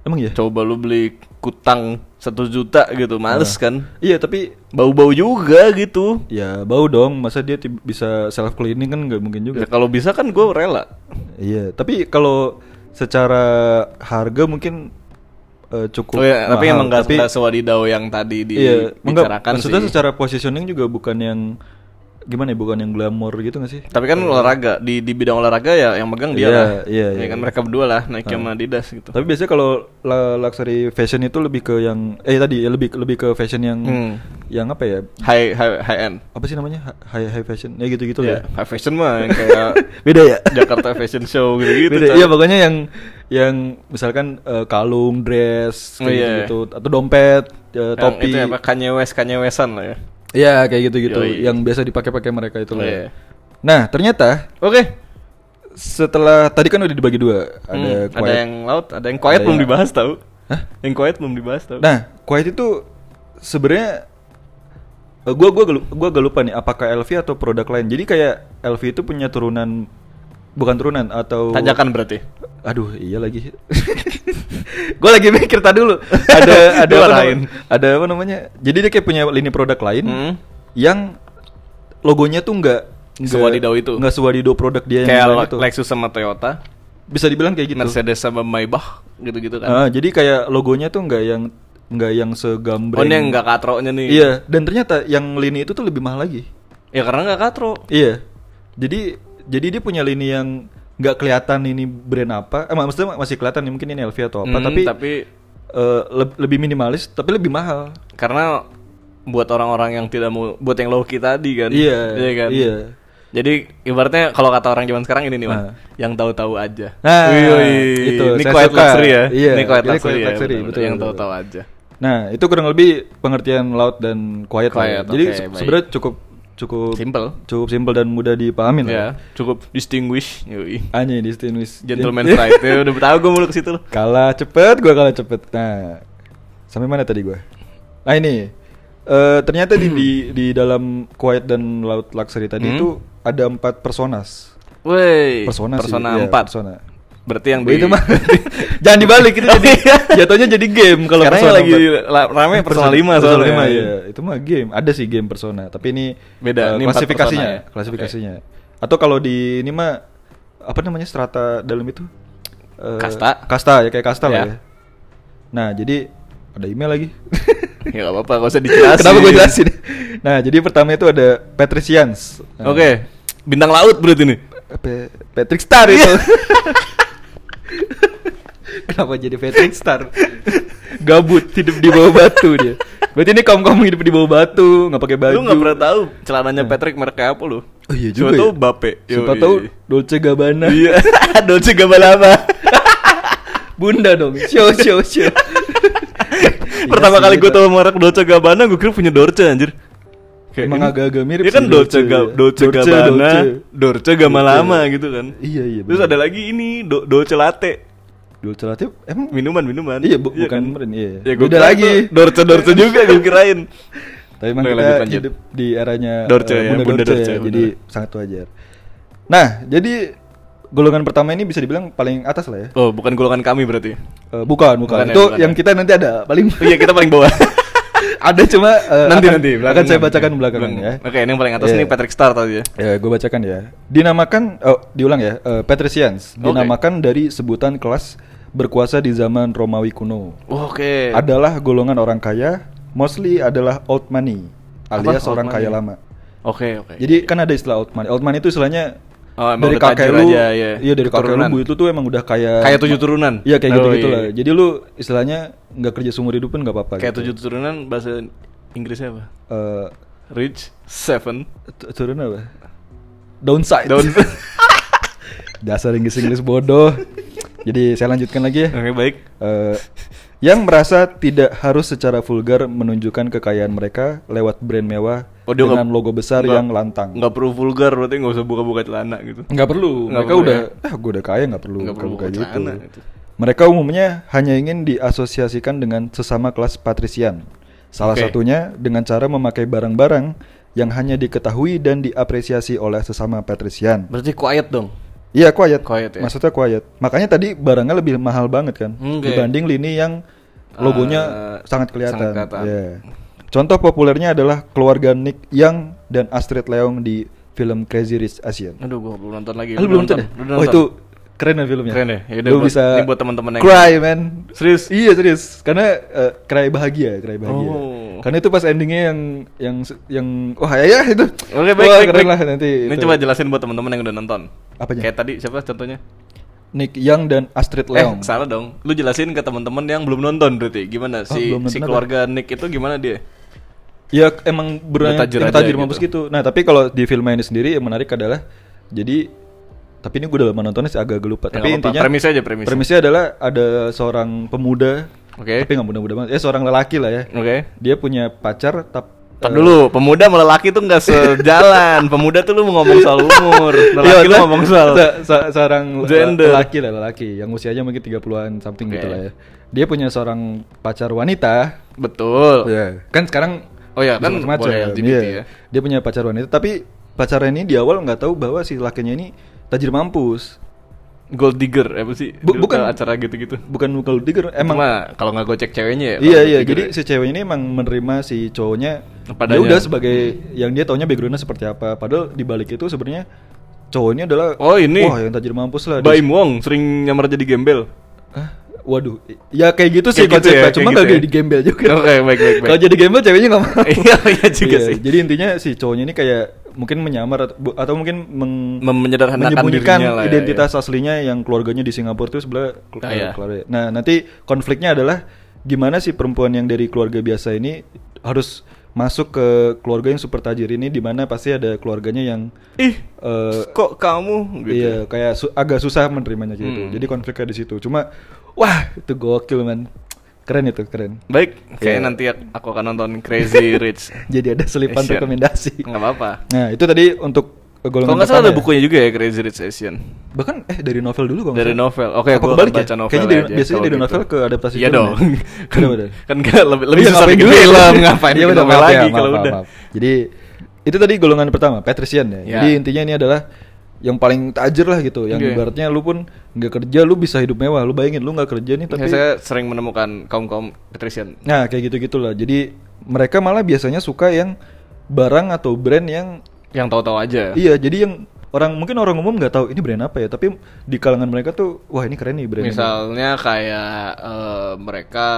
Emang ya?
Coba lu beli kutang satu juta gitu, males kan?
Iya tapi
Bau-bau juga gitu.
ya bau dong. Masa dia tib- bisa self cleaning kan nggak mungkin
Ya,
juga.
kalau bisa kan gue rela.
Iya, tapi kalau secara harga mungkin eh, cukup
Oh iya, tapi
mahal.
emang nggak
Tapi-
nggak sewadidau yang tadi
iya, enggak,
dibicarakan
maksudnya
sih.
secara positioning juga bukan yang gimana ya, bukan yang glamor gitu gak sih?
Tapi kan olahraga di di bidang olahraga ya yang megang dia
Iya,
lah.
iya,
Ya
iya,
kan
iya.
mereka berdua lah Nike sama Adidas gitu.
Tapi biasanya kalau la- luxury fashion itu lebih ke yang eh tadi ya, lebih lebih ke fashion yang
Hmm.
yang apa ya?
High high high end.
Apa sih namanya? Ha- High high fashion. Ya gitu-gitu
Iya,
lah ya.
High fashion mah yang kayak
Beda ya?
Jakarta Fashion Show gitu-gitu.
Beda.
coy.
Iya, pokoknya yang yang misalkan eh, kalung, dress
Oh, iya.
kayak gitu atau dompet,
Yang
eh, topi.
Itu ya, apa Kanye West Kanye Westan lah ya.
Iya kayak gitu-gitu
Yoi.
yang biasa dipakai-pakai mereka itu lah.
Iya.
Nah ternyata
Oke.
setelah tadi kan udah dibagi dua ada
Hmm,
quiet.
ada yang laut, ada yang quiet
Ada
belum
yang-
dibahas tahu.
Hah?
Yang quiet belum dibahas tahu.
Nah quiet itu sebenarnya eh, gua gua gelu- gua gak lupa nih apakah LV atau produk lain. Jadi kayak LV itu punya turunan bukan turunan atau
Tanjakan berarti.
Aduh, iya lagi. gue lagi mikir tadi dulu. Ada ada
Dua
apa
lain.
namanya- Ada apa namanya? Jadi dia kayak punya lini produk lain
Hmm.
yang logonya tuh nggak nggak-
Sewadidaw itu.
Nggak sewadidaw produk dia
Kayak
yang itu.
Lexus sama Toyota.
Bisa dibilang kayak gitu.
Mercedes sama Maybach gitu-gitu kan.
Ah, jadi kayak logonya tuh nggak yang nggak yang
Oh
segambreng.
ini yang nggak katroknya nih.
Iya, dan ternyata yang lini itu tuh lebih mahal lagi.
Ya karena nggak katro.
Iya. Jadi jadi dia punya lini yang nggak kelihatan ini brand apa. Eh, maksudnya masih kelihatan nih, mungkin ini LV atau apa,
Hmm,
tapi eh, leb- lebih minimalis tapi lebih mahal.
karena buat orang-orang yang tidak mau buat yang low key tadi kan.
Iya.
kan.
Iya.
Jadi ibaratnya kalau kata orang zaman sekarang ini nih, Wan,
Nah.
yang tahu-tahu aja.
Nah,
Wih, wih.
itu,
Ini
saya
quiet
suka.
luxury ya.
Iya,
Ini quiet
jadi
luxury,
quiet
ya,
luxury,
benar-benar.
betul,
yang
betul.
tahu-tahu aja.
Nah, itu kurang lebih pengertian loud dan quiet, lah ya.
Quiet,
Jadi
oke,
se-
baik.
sebenarnya cukup cukup
Simple.
cukup simpel dan mudah dipahami
Ya,
lah. Ya.
cukup distinguish, yoi.
Anjay, distinguish.
Gentleman pride. Ya, udah tahu gue mulu ke situ loh.
Kalah cepet, gua kalah cepet. Nah, sampai mana tadi gua? Nah ini, eh, ternyata di, di di dalam quiet dan loud luxury tadi
Hmm.
itu ada empat personas.
Woi.
Persona, sih,
persona
iya,
4.
persona.
Berarti yang
Gua
di Oh, iya.
itu mah jangan dibalik itu jadi jatuhnya jadi game kalau
Sekarang yang
persona
lagi
empat.
la- rame ya, persona 5
Persona
soalnya.
lima, iya. Itu mah game. Ada sih game persona, tapi ini
Beda, ini
eh,
empat
klasifikasinya,
persona ya?
klasifikasinya. Atau kalau di ini mah apa namanya strata dalam itu? Eh,
Kasta.
Kasta ya kayak kasta lah
Iya.
ya. Nah, jadi ada email lagi.
ya nggak apa-apa, gak usah dijelasin.
Kenapa gue jelasin? Nah, jadi pertama itu ada Patricians.
Oke. Bintang laut berarti nih.
Pe- Patrick Star itu. Kenapa jadi Patrick Star? Gabut hidup di bawah batu dia. Berarti ini kaum kaum hidup di bawah batu, nggak pakai baju.
Lu
Nah.
gak pernah tahu celananya Patrick merek kayak apa lu?
Oh iya
Siapa
juga.
tahu
ya.
Bape.
Siapa
Yoi.
tahu Dolce Gabbana.
Iya. Dolce Gabbana.
Bunda dong. Show show show.
Pertama
Iya sih,
kali gue
Pak.
tahu merek Dolce Gabbana, gue kira punya Dorce anjir.
Emang
ini-
agak-agak mirip
Ya kan
sih,
Dolce,
Dolce,
Ga-
ya.
Dolce,
Dolce,
Gabbana,
Dolce.
Dorce Gamalama
Dolce.
gitu kan.
Iya, iya,
Terus
bener.
ada lagi ini Do- Dolce Latte.
Dolce Latte emang
Minuman minuman.
Iya, bu- bukan brand, iya.
Ya gue
Beda lagi.
lagi. Dorce Dorce juga gue kirain.
Tapi emang
Oke,
kita
lanjut, lanjut.
hidup di eranya
Dorce
eh,
ya,
Bunda
Bunda
Dorce,
Dorce,
ya,
Bunda
jadi sangat wajar. Nah, jadi golongan pertama ini bisa dibilang paling atas lah ya.
Oh, bukan golongan kami berarti.
Eh, bukan, bukan.
Bukan ya,
Itu
bukan
yang
ya.
kita nanti ada paling
Oh iya, kita paling bawah.
ada cuma eh,
nanti
akan-
nanti
akan saya
belakangan.
bacakan belakangan
Belang-
ya.
Oke, ini yang paling atas
Iya.
ini Patrick Star tadi ya.
Ya, gue bacakan ya. Dinamakan oh, diulang ya, eh, patricians.
Oke.
Dinamakan dari sebutan kelas berkuasa di zaman Romawi kuno.
Oke.
Adalah golongan orang kaya, mostly adalah old money,
Apa
alias
old
orang
money?
kaya lama.
Oke, oke.
Jadi kan ada istilah old money. Old money itu istilahnya
gitu. Oh, emang
dari
udah
kakek
tajir
lu,
aja, iya.
iya dari kakek lu
Keturunan.
buyut lu tuh emang udah kayak
kayak tujuh turunan.
Iya kayak
Oh,
gitu gitu
iya.
lah. Jadi lu istilahnya nggak kerja seumur hidup pun nggak apa-apa.
Kayak
gitu.
tujuh turunan bahasa Inggrisnya apa?
Eh,
Rich seven
tu- turun apa? Downside.
down.
Dasar Inggris Inggris bodoh. Jadi saya lanjutkan lagi ya.
Oke, baik.
Eh, yang merasa tidak harus secara vulgar menunjukkan kekayaan mereka lewat brand mewah
Oh, dia nggak-
dengan logo besar
nggak-
yang lantang.
Nggak perlu vulgar berarti nggak usah buka-buka celana gitu.
Nggak perlu.
Nggak
mereka
perlu
udah,
ya?
ah gue udah kaya nggak perlu
Nggak perlu
buka-buka
buka
gitu.
celana, gitu.
Mereka umumnya hanya ingin diasosiasikan dengan sesama kelas patrisian. Salah
Oke.
satunya dengan cara memakai barang-barang yang hanya diketahui dan diapresiasi oleh sesama patrisian.
Berarti quiet dong.
Iya quiet.
Quiet, ya.
Maksudnya quiet. Makanya tadi barangnya lebih mahal banget kan
Oke.
dibanding lini yang logonya
Eh,
sangat kelihatan.
sangat kelihatan.
Iya. Contoh populernya adalah keluarga Nick Young dan Astrid Leong di film Crazy Rich Asian.
Aduh, gua belum nonton lagi.
Ah, Lu belum nonton? ya?
Lu Iya, udah
Oh
nonton?
itu keren ya filmnya.
Keren ya? Yaudah,
Lu
buat-
bisa
ini buat teman-teman yang-
Cry man.
Serius?
Iya serius. Karena eh, cry bahagia, cry bahagia.
Oh.
Karena itu pas endingnya yang yang yang wah ya, ya itu.
Oke, baik,
Wah,
baik,
keren
baik.
lah nanti.
Ini
itu.
coba jelasin buat teman-teman yang udah nonton.
Apanya?
Kayak tadi siapa contohnya?
Nick Young dan Astrid Leong.
Eh, salah dong. Lu jelasin ke teman-teman yang belum nonton berarti. Gimana
Oh,
si
belum
si
nonton apa?
keluarga Nick itu gimana dia?
Ya emang berani
Udah tajir
tajir,
aja
tajir
gitu.
mampus gitu. Nah tapi kalau di filmnya ini sendiri yang menarik adalah jadi tapi ini gue udah lama nontonnya sih agak agak lupa.
Ya,
tapi
nggak apa-apa.
intinya
Premisnya aja, premisnya.
adalah ada seorang pemuda,
Oke.
tapi nggak muda-muda banget. Ya seorang lelaki lah ya.
Oke.
Dia punya pacar tapi
Tar dulu, pemuda sama lelaki tuh nggak sejalan. pemuda tuh lu mau ngomong soal umur,
Iya,
lelaki lu Iya, ngomong soal.
seorang
gender.
lelaki lah lelaki yang usianya mungkin 30-an something
Oke.
gitu lah ya. Dia punya seorang pacar wanita.
Betul.
Iya. Kan sekarang
Oh ya
Bisa
kan
macam-macam,
boleh LGBT
iya.
ya.
Dia punya pacar wanita, tapi pacarnya ini di awal nggak tahu bahwa si lakinya ini tajir mampus.
Gold digger apa sih?
Bu-
Dulu kan
bukan.
acara gitu-gitu.
Bukan mukul digger,
Emang
emang
kalau nggak gocek ceweknya ya.
iya
kalau
iya.
gold digger
Jadi
ya.
si cewek ini emang menerima si cowoknya.
Padanya.
Ya udah sebagai yang dia taunya backgroundnya seperti apa. Padahal di balik itu sebenarnya cowoknya adalah
Oh, ini.
wah yang tajir mampus lah. Dia-
Baim Wong sering nyamar jadi gembel.
Hah? Waduh, i- ya kayak gitu sih
Kayak gitu
konsepnya,
ya, kayak
cuma nggak
gitu ya.
jadi gembel juga.
Oke, baik, baik, baik.
Kalau jadi gembel ceweknya nggak mau.
Iya, iya juga sih.
Jadi intinya si cowoknya ini kayak mungkin menyamar atau, bu- atau mungkin meng,
Mem- menyederhanakan
menyembunyikan
dirinya lah ya,
identitas aslinya yang keluarganya di Singapura itu sebelah
Ah, iya.
keluarga. Nah nanti konfliknya adalah gimana sih perempuan yang dari keluarga biasa ini harus masuk ke keluarga yang super tajir ini di mana pasti ada keluarganya yang
Ih,
eh,
kok kamu gitu.
Iya, kayak su- agak susah menerimanya
Hmm.
gitu. Jadi konfliknya di situ. Cuma wah, itu gokil, man. Keren itu, keren.
Baik, kayaknya
Iya.
nanti aku akan nonton Crazy Rich.
Jadi ada selipan
Asian.
rekomendasi.
Nggak apa-apa.
Nah, itu tadi untuk
Kalau
golongan
nggak salah ada
pertama ya.
bukunya juga ya Crazy Rich Asian.
Bahkan eh dari novel dulu kalau nggak
Dari
salah.
novel. Oke,
Apa
aku akan
kebalik ya?
baca novel
Kayaknya dari,
aja
biasanya
kalau
dari
gitu.
novel ke adaptasi
Iya
film
dong.
ya.
kan
Bener, bener.
kan nggak lebih lebih
Iya,
susah
ngapain
bikin
dulu?
film ngapain
Iya,
bikin
bener,
novel
maaf ya,
lagi
maaf,
kalau
maaf,
udah.
maaf. Jadi itu tadi golongan pertama, patrician ya.
Ya.
Jadi intinya ini adalah yang paling tajir lah gitu, yang
Oke.
ibaratnya lu pun nggak kerja lu bisa hidup mewah. Lu bayangin lu nggak kerja nih Iya, tapi
Ya, saya sering menemukan kaum-kaum patrician.
Nah, kayak gitu-gitu lah. Jadi mereka malah biasanya suka yang barang atau brand yang
yang tahu-tahu aja.
iya, jadi yang orang mungkin orang umum nggak tahu ini brand apa ya, tapi di kalangan mereka tuh wah ini keren nih brand. ini."
Misalnya kayak eh, mereka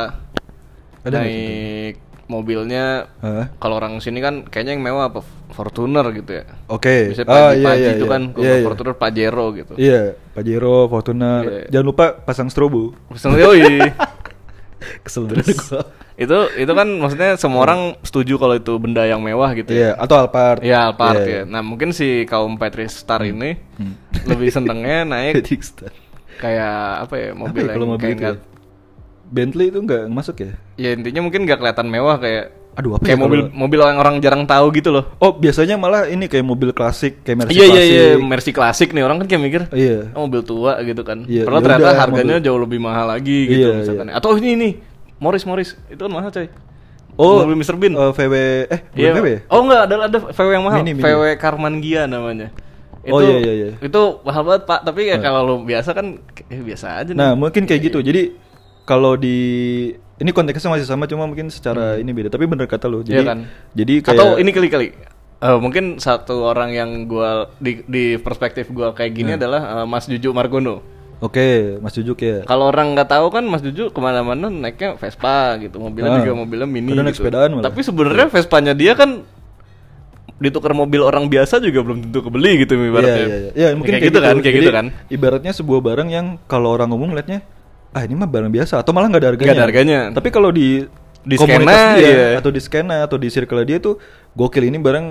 Ada nggak
naik mobilnya
Hah?
kalau orang sini kan kayaknya yang mewah apa Fortuner gitu ya.
Oke.
Misalnya
Ah,
Paji,
iya,
Paji
iya,
itu
iya.
kan kalau
Iya, iya.
Fortuner Pajero gitu.
Iya, Pajero, Fortuner.
Iya.
Jangan lupa pasang strobo.
Misalnya, yoi.
Kesel bener gua.
itu itu kan maksudnya semua orang setuju kalau itu benda yang mewah gitu ya.
Iya, atau Alphard.
Iya, Alphard
Iya. Hmm.
ya. Nah, mungkin si kaum Patrick Star ini lebih senengnya naik
Jadi Star.
kayak apa ya, iya.
Apa
mobil kan.
ya kalau
yang
mobil
kayak
itu ya?
nggak-
Bentley itu nggak masuk ya?
ya intinya mungkin nggak kelihatan mewah kayak
Aduh, apa
kayak
ya
mobil
kalau-
mobil yang orang jarang tahu gitu loh.
Oh, biasanya malah ini kayak mobil klasik, kayak Mercedes
Iya iya
klasik.
iya, Mercy klasik nih orang kan kayak mikir
Iya.
"Ah, mobil tua gitu kan.
Iya,
Padahal
ya
ternyata
udah,
harganya
mobil-
jauh lebih mahal lagi gitu
Iya,
misalkan. Atau ini nih, Morris Morris itu kan mahal coy.
Oh,
mobil Mr. Bean.
eh, VW eh bukan
Iya.
VW ya?
Oh enggak, ada ada VW yang mahal.
Mini, mini.
VW Karmangia namanya.
Oh, iya, iya, iya.
Itu mahal banget, Pak. Tapi ya kalau lu biasa kan eh, biasa aja nih. Iya,
Nah, mungkin kayak gitu. Jadi kalau di ini konteksnya masih sama cuma mungkin secara ini beda, tapi bener kata lu.
Hmm. Iya
Jadi
kan?
jadi kayak
Atau ini kali-kali. Eh, mungkin satu orang yang gua di, di perspektif gua kayak
Hmm.
gini adalah eh, Mas Juju Margono.
Oke, Mas Jujuk ya.
Kalau orang nggak tahu kan Mas Juju kemana-mana naiknya Vespa gitu, mobilnya
Ah.
juga mobilnya mini
Kadang naik Iya.
gitu.
sepedaan malah.
Tapi sebenarnya Vespanya dia kan ditukar mobil orang biasa juga belum tentu kebeli gitu
Iya,
ibaratnya.
iya, iya. Ya, mungkin
kayak, gitu, kan, kayak gitu
Jadi,
kan.
Ibaratnya sebuah barang yang kalau orang umum lihatnya ah ini mah barang biasa atau malah nggak ada harganya.
Nggak ada harganya.
Tapi kalau di
Di
komunitas
skena,
dia,
iya.
atau di skena atau di circle dia tuh gokil ini barang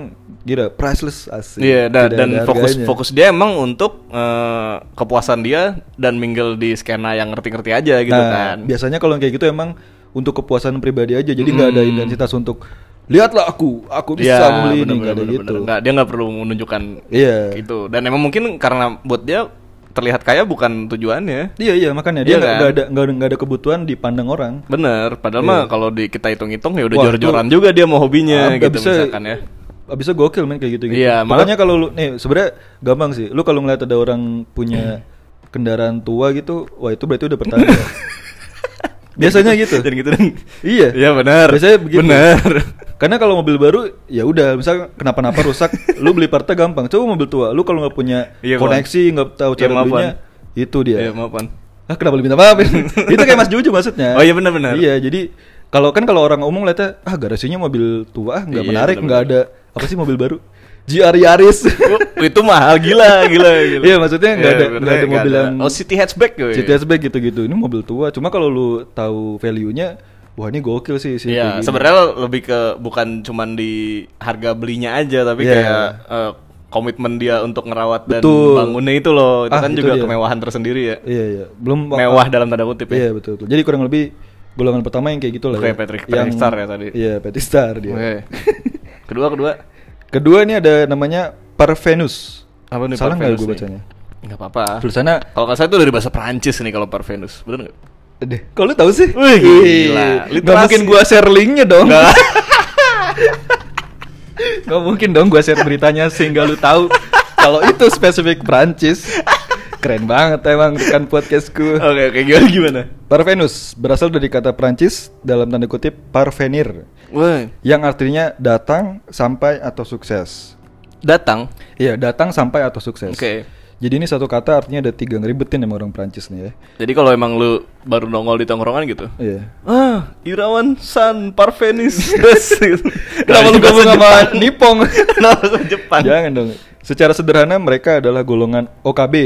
gila priceless asik.
Iya, dan,
Tidak
dan
ada
fokus
harganya.
fokus dia emang untuk eh, kepuasan dia dan mingle di skena yang ngerti-ngerti aja gitu
Nah,
kan.
Biasanya kalau yang kayak gitu emang untuk kepuasan pribadi aja. Jadi nggak ada intensitas untuk lihatlah aku, aku bisa
Hmm. Iya,
beli ini
bener-bener,
nggak ada
bener-bener.
gitu.
Nggak, dia nggak perlu menunjukkan
Iya.
gitu. Dan emang mungkin karena buat dia terlihat kaya bukan tujuannya.
Iya iya makanya dia
Iya
nggak
kan?
nggak ada nggak ada nggak ada kebutuhan dipandang orang.
Bener, padahal mah kalau di kita hitung-hitung ya udah
Iya. Wah,
jor-joran juga dia mau hobinya
Ah,
gitu
abisnya-
misalkan ya.
Abisnya gokil men kayak gitu gitu.
Iya, malah-
Makanya kalau lu nih sebenarnya gampang sih. Lu kalau ngeliat ada orang punya kendaraan tua gitu, wah itu berarti udah pertanda. ya. Biasanya gitu.
Dan gitu dan
Iya.
Iya benar.
Biasanya begitu.
Benar.
Karena kalau mobil baru ya udah, misal kenapa-napa rusak, lu beli parta gampang. Coba mobil tua, lu kalau nggak punya
Iya, Bang.
koneksi, nggak tahu
Iya,
cara
maaf,
belinya, itu dia.
Iya, maafan.
Ah kenapa lu minta maaf? itu kayak Mas Juju maksudnya.
Oh, iya, benar-benar.
Iya, jadi kalau kan kalau orang umum lihatnya ah garasinya mobil tua ah, nggak
Iya,
menarik, nggak ada
benar-benar.
apa sih mobil baru? GR Yaris.
Oh, itu mahal gila, gila, gila.
Iya, maksudnya nggak ada-
bener,
nggak ada
nggak
mobil yang-
Oh, city hatchback gue.
GTS baik gitu-gitu. Ini mobil tua. Cuma kalau lu tahu value-nya, wah ini gokil sih sih.
Iya, sebenarnya lebih ke bukan cuman di harga belinya aja, tapi
Iya.
kayak eh, komitmen dia untuk ngerawat dan
Betul.
bangunnya itu loh. Itu
Ah,
kan
itu
juga
dia.
kemewahan tersendiri ya.
Iya, iya. Belum
Mewah dalam tanda kutip ya.
Iya betul, betul. Jadi kurang lebih golongan pertama yang kayak gitu lah.
Kayak Patrick- Patrick Star ya tadi.
Iya Patrick Star dia.
Oke. kedua, kedua.
Kedua ini ada namanya Parvenus.
Apa nih
Salah nggak
Parvenus
gue
nih?
bacanya?
Enggak apa-apa.
Tulisannya,
Kalau kata saya itu dari bahasa Perancis nih kalau Parvenus. Bener nggak?
deh, kalau lu tahu sih?
Wih, gila.
Ih, Nggak
Literasi.
mungkin gua share linknya dong. Nggak. mungkin dong gua share beritanya sehingga lu tahu kalau itu spesifik Prancis. Keren banget emang rekan podcastku.
Oke, oke. Gimana, gimana?
Parvenus berasal dari kata Prancis dalam tanda kutip parvenir
Wah,
yang artinya datang sampai atau sukses.
datang.
Iya, datang sampai atau sukses.
Oke.
Jadi ini satu kata artinya ada tiga ngeribetin emang orang Prancis nih ya.
Jadi kalau emang lu baru nongol di tongkrongan gitu.
Iya.
Ah, Irawan San Parvenis. Des, gitu.
Kenapa lu
bahasa
gabung sama
Jepang?
Nipong?
Kenapa bahasa Jepang?
Jangan dong. Secara sederhana mereka adalah golongan OKB eh,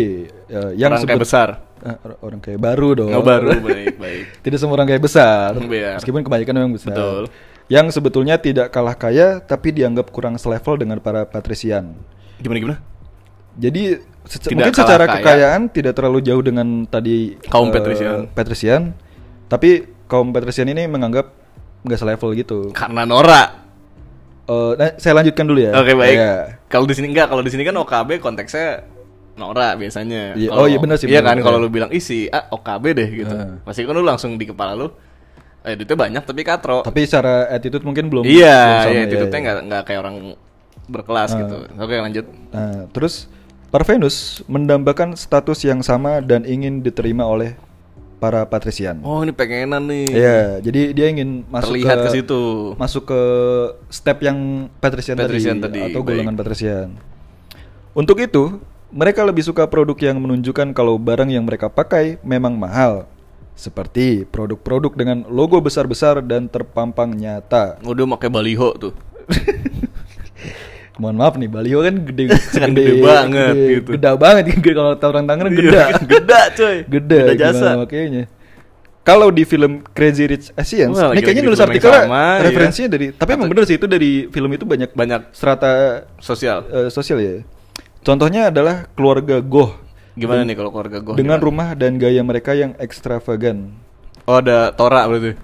yang
Orang kayak
sebut-
besar.
Eh, or- orang kayak baru dong.
Oh, baru baik baik.
Tidak semua orang kayak besar.
Iya.
Meskipun kebanyakan memang besar.
Betul.
Yang sebetulnya tidak kalah kaya tapi dianggap kurang selevel dengan para patrisian.
Gimana gimana?
Jadi sece-
Tidak
mungkin
kalah
secara
kaya.
kekayaan tidak terlalu jauh dengan tadi
Kaum
eh,
patrician.
patrician. Tapi kaum patrician ini menganggap nggak selevel gitu.
Karena Nora.
Eh, nah, saya lanjutkan dulu ya.
Oke baik.
Iya.
Kalau di sini enggak, kalau di sini kan OKB konteksnya Nora biasanya.
Iya,
Kalau-
oh iya benar sih,
Iya
benar. Ah.
kan kalau
Iya.
lu bilang isi ah OKB deh gitu.
Heeh.
Pasti kan lu langsung di kepala lu eh duitnya banyak tapi katro.
Tapi secara attitude mungkin belum. belum
iya,
sama,
iya,
iya,
tutupnya
iya. Ah.
enggak enggak kayak orang berkelas gitu. Oke, lanjut.
Nah, terus Parvenus mendambakan status yang sama dan ingin diterima oleh para patrisian.
Oh, ini pengenan nih.
Iya, jadi dia ingin masuk
Terlihat ke situ.
Masuk ke step yang patrisian,
Patrician
tadi,
tadi,
atau
baik.
golongan patrisian. Untuk itu, mereka lebih suka produk yang menunjukkan kalau barang yang mereka pakai memang mahal. Seperti produk-produk dengan logo besar-besar dan terpampang nyata.
Oh, dia pakai baliho tuh.
Mohon maaf nih, Balio kan gede,
Kan gede banget gitu.
Gede banget gede kalau kata orang Tangerang gede.
Iya, geda, coy.
Gede,
Geda jasa.
gimana makainya. Kalau di film Crazy Rich Asians,
Wah,
ini
lagi-lagi
kayaknya
di
nulis
film yang
artikel
sama, iya.
referensinya dari tapi emang bener sih itu dari film itu banyak
Banyak
strata
sosial.
eh, sosial ya. Contohnya adalah keluarga Goh
Gimana nih kalau keluarga gue?
dengan rumah dan gaya mereka yang ekstravagan.
Oh, ada Tora berarti.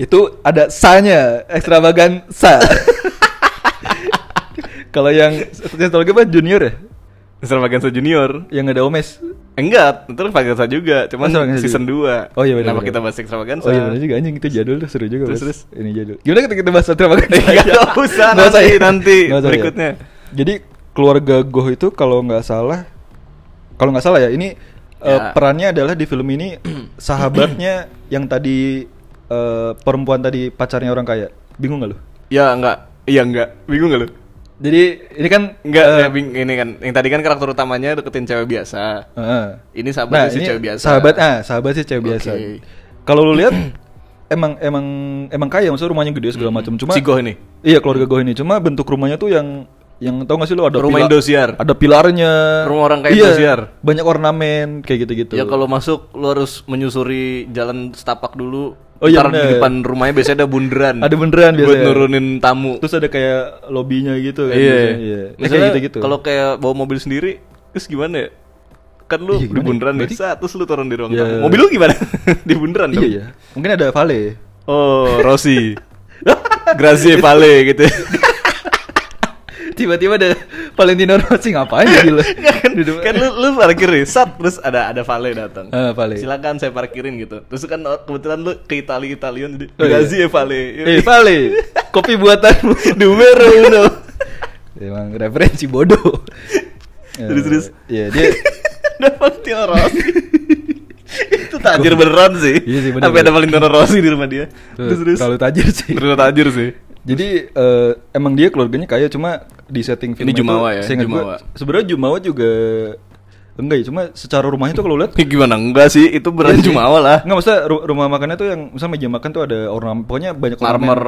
Itu ada sa-nya, ekstravagan sa. Kalau yang satu lagi apa junior ya?
Extravaganza Junior. Eh,
Yang ada Omes.
Enggak, itu Extravaganza juga, cuman
Oh, Extravaganza
season 2.
juga. Oh, iya, benar,
Kenapa
benar.
kita bahas Extravaganza?
Oh iya bener juga anjing itu jadul tuh seru juga.
Kan Terus,
Bas. Ini jadul. Gimana kita kita bahas ekstravagan?
Enggak
aja?
usah,
Nggak usah
nanti-
ya?
nanti
Nggak usah ya?
berikutnya.
Jadi keluarga Goh itu kalau nggak salah kalau nggak salah ya ini eh,
Ya.
perannya adalah di film ini sahabatnya yang tadi eh, perempuan tadi pacarnya orang kaya. Bingung nggak lu?
Ya, enggak. Iya, enggak. Bingung enggak lu?
Jadi ini kan
Enggak,
eh,
ya, bing- ini kan yang tadi kan karakter utamanya deketin cewek biasa.
heeh.
Ini sahabatnya si
eh, Nah, ini
cewek biasa.
Sahabat ah, sahabat si cewek biasa.
Oke.
Kalau lu lihat emang emang emang kaya maksudnya rumahnya gede segala macam cuma
si Goh ini
iya keluarga gue ini cuma bentuk rumahnya tuh yang yang tau gak sih lo ada
Rumah
pila-
Indosiar.
ada pilarnya
Rumah orang kaya
Iya,
Indosiar.
banyak ornamen kayak gitu gitu
ya kalau masuk lu harus menyusuri jalan setapak dulu
Oh, iya,
Ntar di
bener.
depan rumahnya biasanya ada bunderan
ada beneran
buat
biasanya
nurunin tamu
terus ada kayak lobbynya gitu kan
iya
biasanya, iya Ya,
misalnya
kayak gitu gitu
kalau kayak bawa mobil sendiri terus gimana ya kan lu
Iya,
di
gimana ya?
bunderan nih
Berarti-
saat terus lu turun di ruang
Iya.
tamu mobil lu gimana di bunderan
iya
dong
ya mungkin ada Vale
oh Rossi Grazie Vale gitu
tiba-tiba ada Valentino Rossi ngapain gila
kan,
Duduk-
kan lu, lu parkir nih, sat, terus ada ada Vale datang.
Eh, Vale.
Silakan saya parkirin gitu. Terus kan or- kebetulan lu ke Itali Italian jadi
Oh, iya.
Gazi ya Vale.
Eh Vale, kopi buatanmu
Numero ya, uno.
Emang referensi bodoh Eh,
Terus, terus.
Iya dia
Ada Valentino Rossi. Itu tajir beneran sih.
Iya sih, bener,
Sampai ada
bener.
Valentino Rossi di rumah dia. Terus terus.
Terlalu tajir sih
Terlalu tajir sih.
Jadi eh, emang dia keluarganya kaya cuma di setting film
Ini Jumawa ya,
seingat gua-
Jumawa.
Sebenarnya Jumawa juga enggak ya, cuma secara rumahnya tuh kalau lihat
Ya, gimana enggak sih? Itu beneran
Iya sih.
cuma awal lah.
Enggak maksudnya ru- rumah makannya tuh yang misalnya meja makan tuh ada ornamen pokoknya banyak ornamen.
Marmer.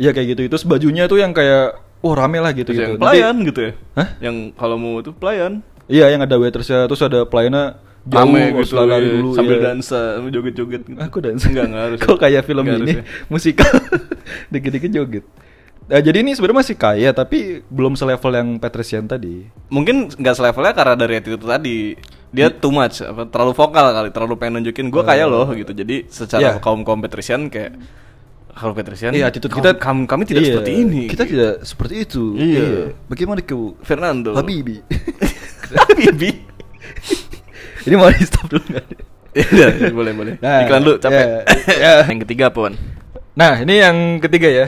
Iya kayak gitu. Terus bajunya tuh yang kayak wah rame lah gitu
Terus yang
gitu.
pelayan gitu ya.
Hah?
Yang kalau mau itu pelayan.
Iya yang ada waitersnya terus ada pelayannya jauh
Rame
harus lari
iya.
dulu
sambil
iya.
dansa, sambil joget-joget gitu.
Aku dan
Enggak, enggak harus.
Kok kayak film
Enggak
ini
harus ya.
musikal dikit-dikit joget. Nah, jadi ini sebenarnya masih kaya tapi belum selevel yang Petresian tadi.
mungkin nggak selevelnya karena dari attitude tadi dia too much apa terlalu vokal kali terlalu pengen nunjukin gue kaya loh gitu jadi
Iya.
secara kaum kaum patrician kayak kalau patrician
Iya, attitude
kaum-
kita
kaum- Kan kami tidak
Iya,
seperti ini gitu.
Kita tidak seperti itu.
Iya.
Bagaimana kau
Fernando
Habibi?
Habibi
ini mau di stop dulu nggak?
Iya, iya, boleh boleh
Nah,
iklan lu capek
iya, iya.
yang ketiga apa Wan?
Nah, ini yang ketiga ya.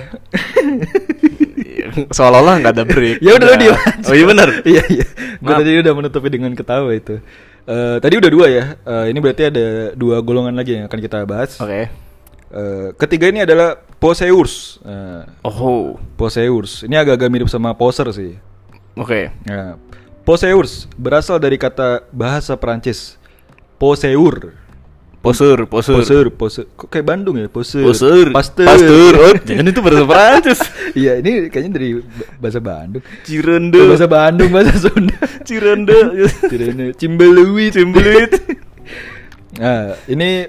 seolah-olah nggak ada break
ya udah lu
Nah.
diam.
oh iya benar
iya iya. Gue
Maaf.
tadi udah menutupi dengan ketawa itu. Eh, tadi udah dua ya. Eh, ini berarti ada dua golongan lagi yang akan kita bahas.
oke
Eh, ketiga ini adalah poseurs. Eh,
oh
poseurs. Ini agak-agak mirip sama poser sih.
oke
Nah, poseurs berasal dari kata bahasa Perancis poseur.
posur posur
Poseur, poseur. Kok kayak Bandung ya? Poseur.
posur
Pasteur.
pastur Oh, jangan itu bahasa Prancis
Iya, ini kayaknya dari ba- bahasa Bandung.
Cirende
Bahasa Bandung, bahasa Sunda.
Cirende
Cirende, Cimbeluit.
Cimbeluit.
Nah, ini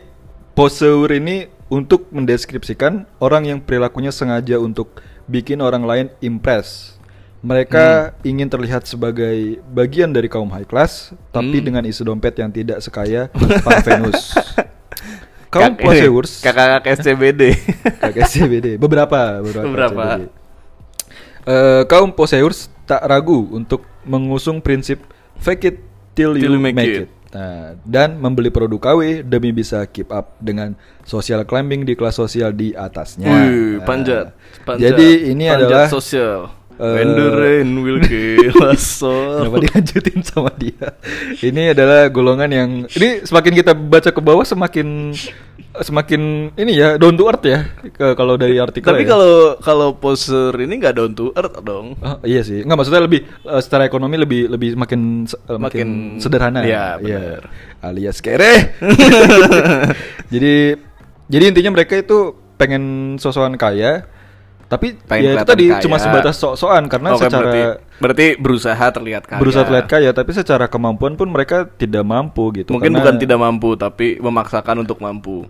poseur ini untuk mendeskripsikan orang yang perilakunya sengaja untuk bikin orang lain impress.
Hmm.
Mereka ingin terlihat sebagai bagian dari kaum high class, tapi
Hmm.
dengan isi dompet yang tidak sekaya Parvenus. kaum
Kak- eh, ini,
poseurs
Kakak-kakak SCBD
Kagak CBD. Beberapa, beberapa.
Beberapa.
CBD. Eh, kaum poseurs tak ragu untuk mengusung prinsip fake it till you, make, it. Nah, dan membeli produk KW demi bisa keep up dengan social climbing di kelas sosial di atasnya.
Wih,
Nah,
panjat, panjat
Jadi ini
panjat
adalah
sosial
Eh,
When the rain will kill us all.
Kenapa dilanjutin sama dia? Ini adalah golongan yang ini semakin kita baca ke bawah semakin semakin ini ya down to earth ya ke- kalau dari artikel.
Tapi
ya.
kalau kalau poser ini nggak down to earth dong
Oh, iya sih, nggak maksudnya lebih eh, secara ekonomi lebih lebih makin se- eh, makin,
Makin-
sederhana.
Iya, benar.
Alias kere. jadi jadi intinya mereka itu pengen sosokan kaya, tapi
Pengen
ya itu
kelihatan
tadi
kaya.
cuma sebatas sok-sokan karena
Oke,
secara
berarti, berarti berusaha terlihat kaya
berusaha terlihat kaya, tapi secara kemampuan pun mereka tidak mampu gitu.
Mungkin
karena-
bukan tidak mampu Tapi memaksakan untuk mampu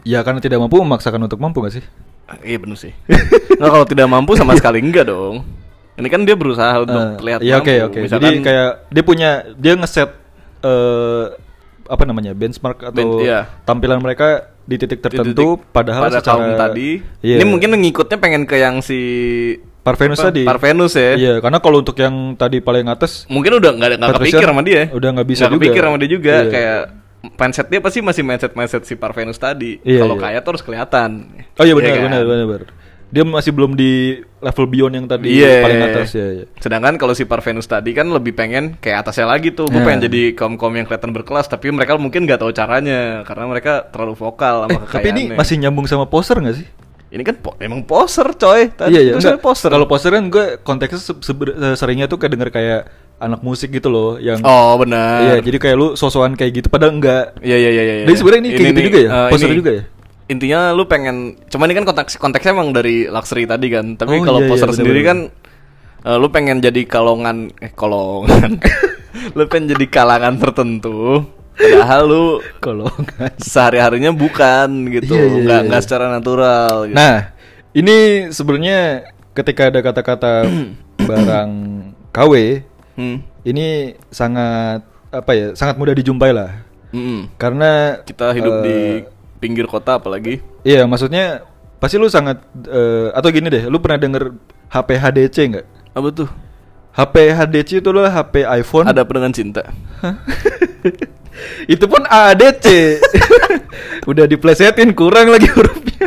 Ya karena tidak mampu memaksakan untuk mampu gak sih?
Ah, Iya benar sih Nggak kalau tidak mampu sama sekali enggak dong Ini kan dia berusaha untuk
Eh,
terlihat
iya,
mampu
oke oke. Jadi
Misalkan-
kayak dia punya dia ngeset eh apa namanya benchmark atau
Ben- iya.
tampilan mereka di titik tertentu
Titik-
padahal
pada
secara
kaum tadi
Iya.
ini mungkin ngikutnya pengen ke yang si
Parvenus
apa?
tadi
Parvenus ya
iya karena kalau untuk yang tadi paling atas
mungkin udah nggak nggak
Patrician
kepikir sama dia
udah nggak bisa juga.
kepikir sama dia juga
Iya.
kayak mindset dia pasti masih mindset mindset si Parvenus tadi
Iya,
kalau
iya.
kaya terus kelihatan
oh iya benar
kan?
benar benar benar. dia masih belum di level beyond yang tadi
Iya.
paling atas ya, ya.
Sedangkan kalau si Parvenus tadi kan lebih pengen kayak atasnya lagi tuh. Gue
Nah.
pengen jadi kaum-kaum yang kelihatan berkelas, tapi mereka mungkin nggak tahu caranya karena mereka terlalu vokal sama
Eh, tapi ini
kekayaannya.
masih nyambung sama poser gak sih?
Ini kan po- emang poser coy. Tadi
iya iya.
tulisannya
enggak.
poser.
Kalau poser kan gue konteksnya se- seber- eh, seringnya tuh kayak denger kayak anak musik gitu loh yang
Oh benar.
Iya, jadi kayak lu sosokan kayak gitu padahal enggak.
Iya iya iya. iya.
Jadi sebenarnya ini kayak gitu juga ya? Poser juga ya?
intinya lu pengen cuman ini kan konteks konteksnya emang dari luxury tadi kan tapi
Oh,
kalau
iya, iya,
poster
bener,
sendiri
bener.
kan eh, lu pengen jadi kalongan eh kolongan lu pengen jadi kalangan tertentu padahal lu
Kalau
sehari harinya bukan gitu
Iya, iya,
nggak
iya.
nggak secara natural gitu.
Nah, ini sebenarnya ketika ada kata-kata barang KW,
Hmm.
ini sangat apa ya? Sangat mudah dijumpai lah.
Mm-mm.
Karena
kita hidup
eh,
di pinggir kota apalagi
Iya, maksudnya pasti lu sangat eh, atau gini deh, lu pernah denger HP HDC nggak?
apa tuh
HP HDC itu adalah HP iPhone.
ada apa dengan cinta
itu pun ADC. Udah diplesetin kurang lagi hurufnya.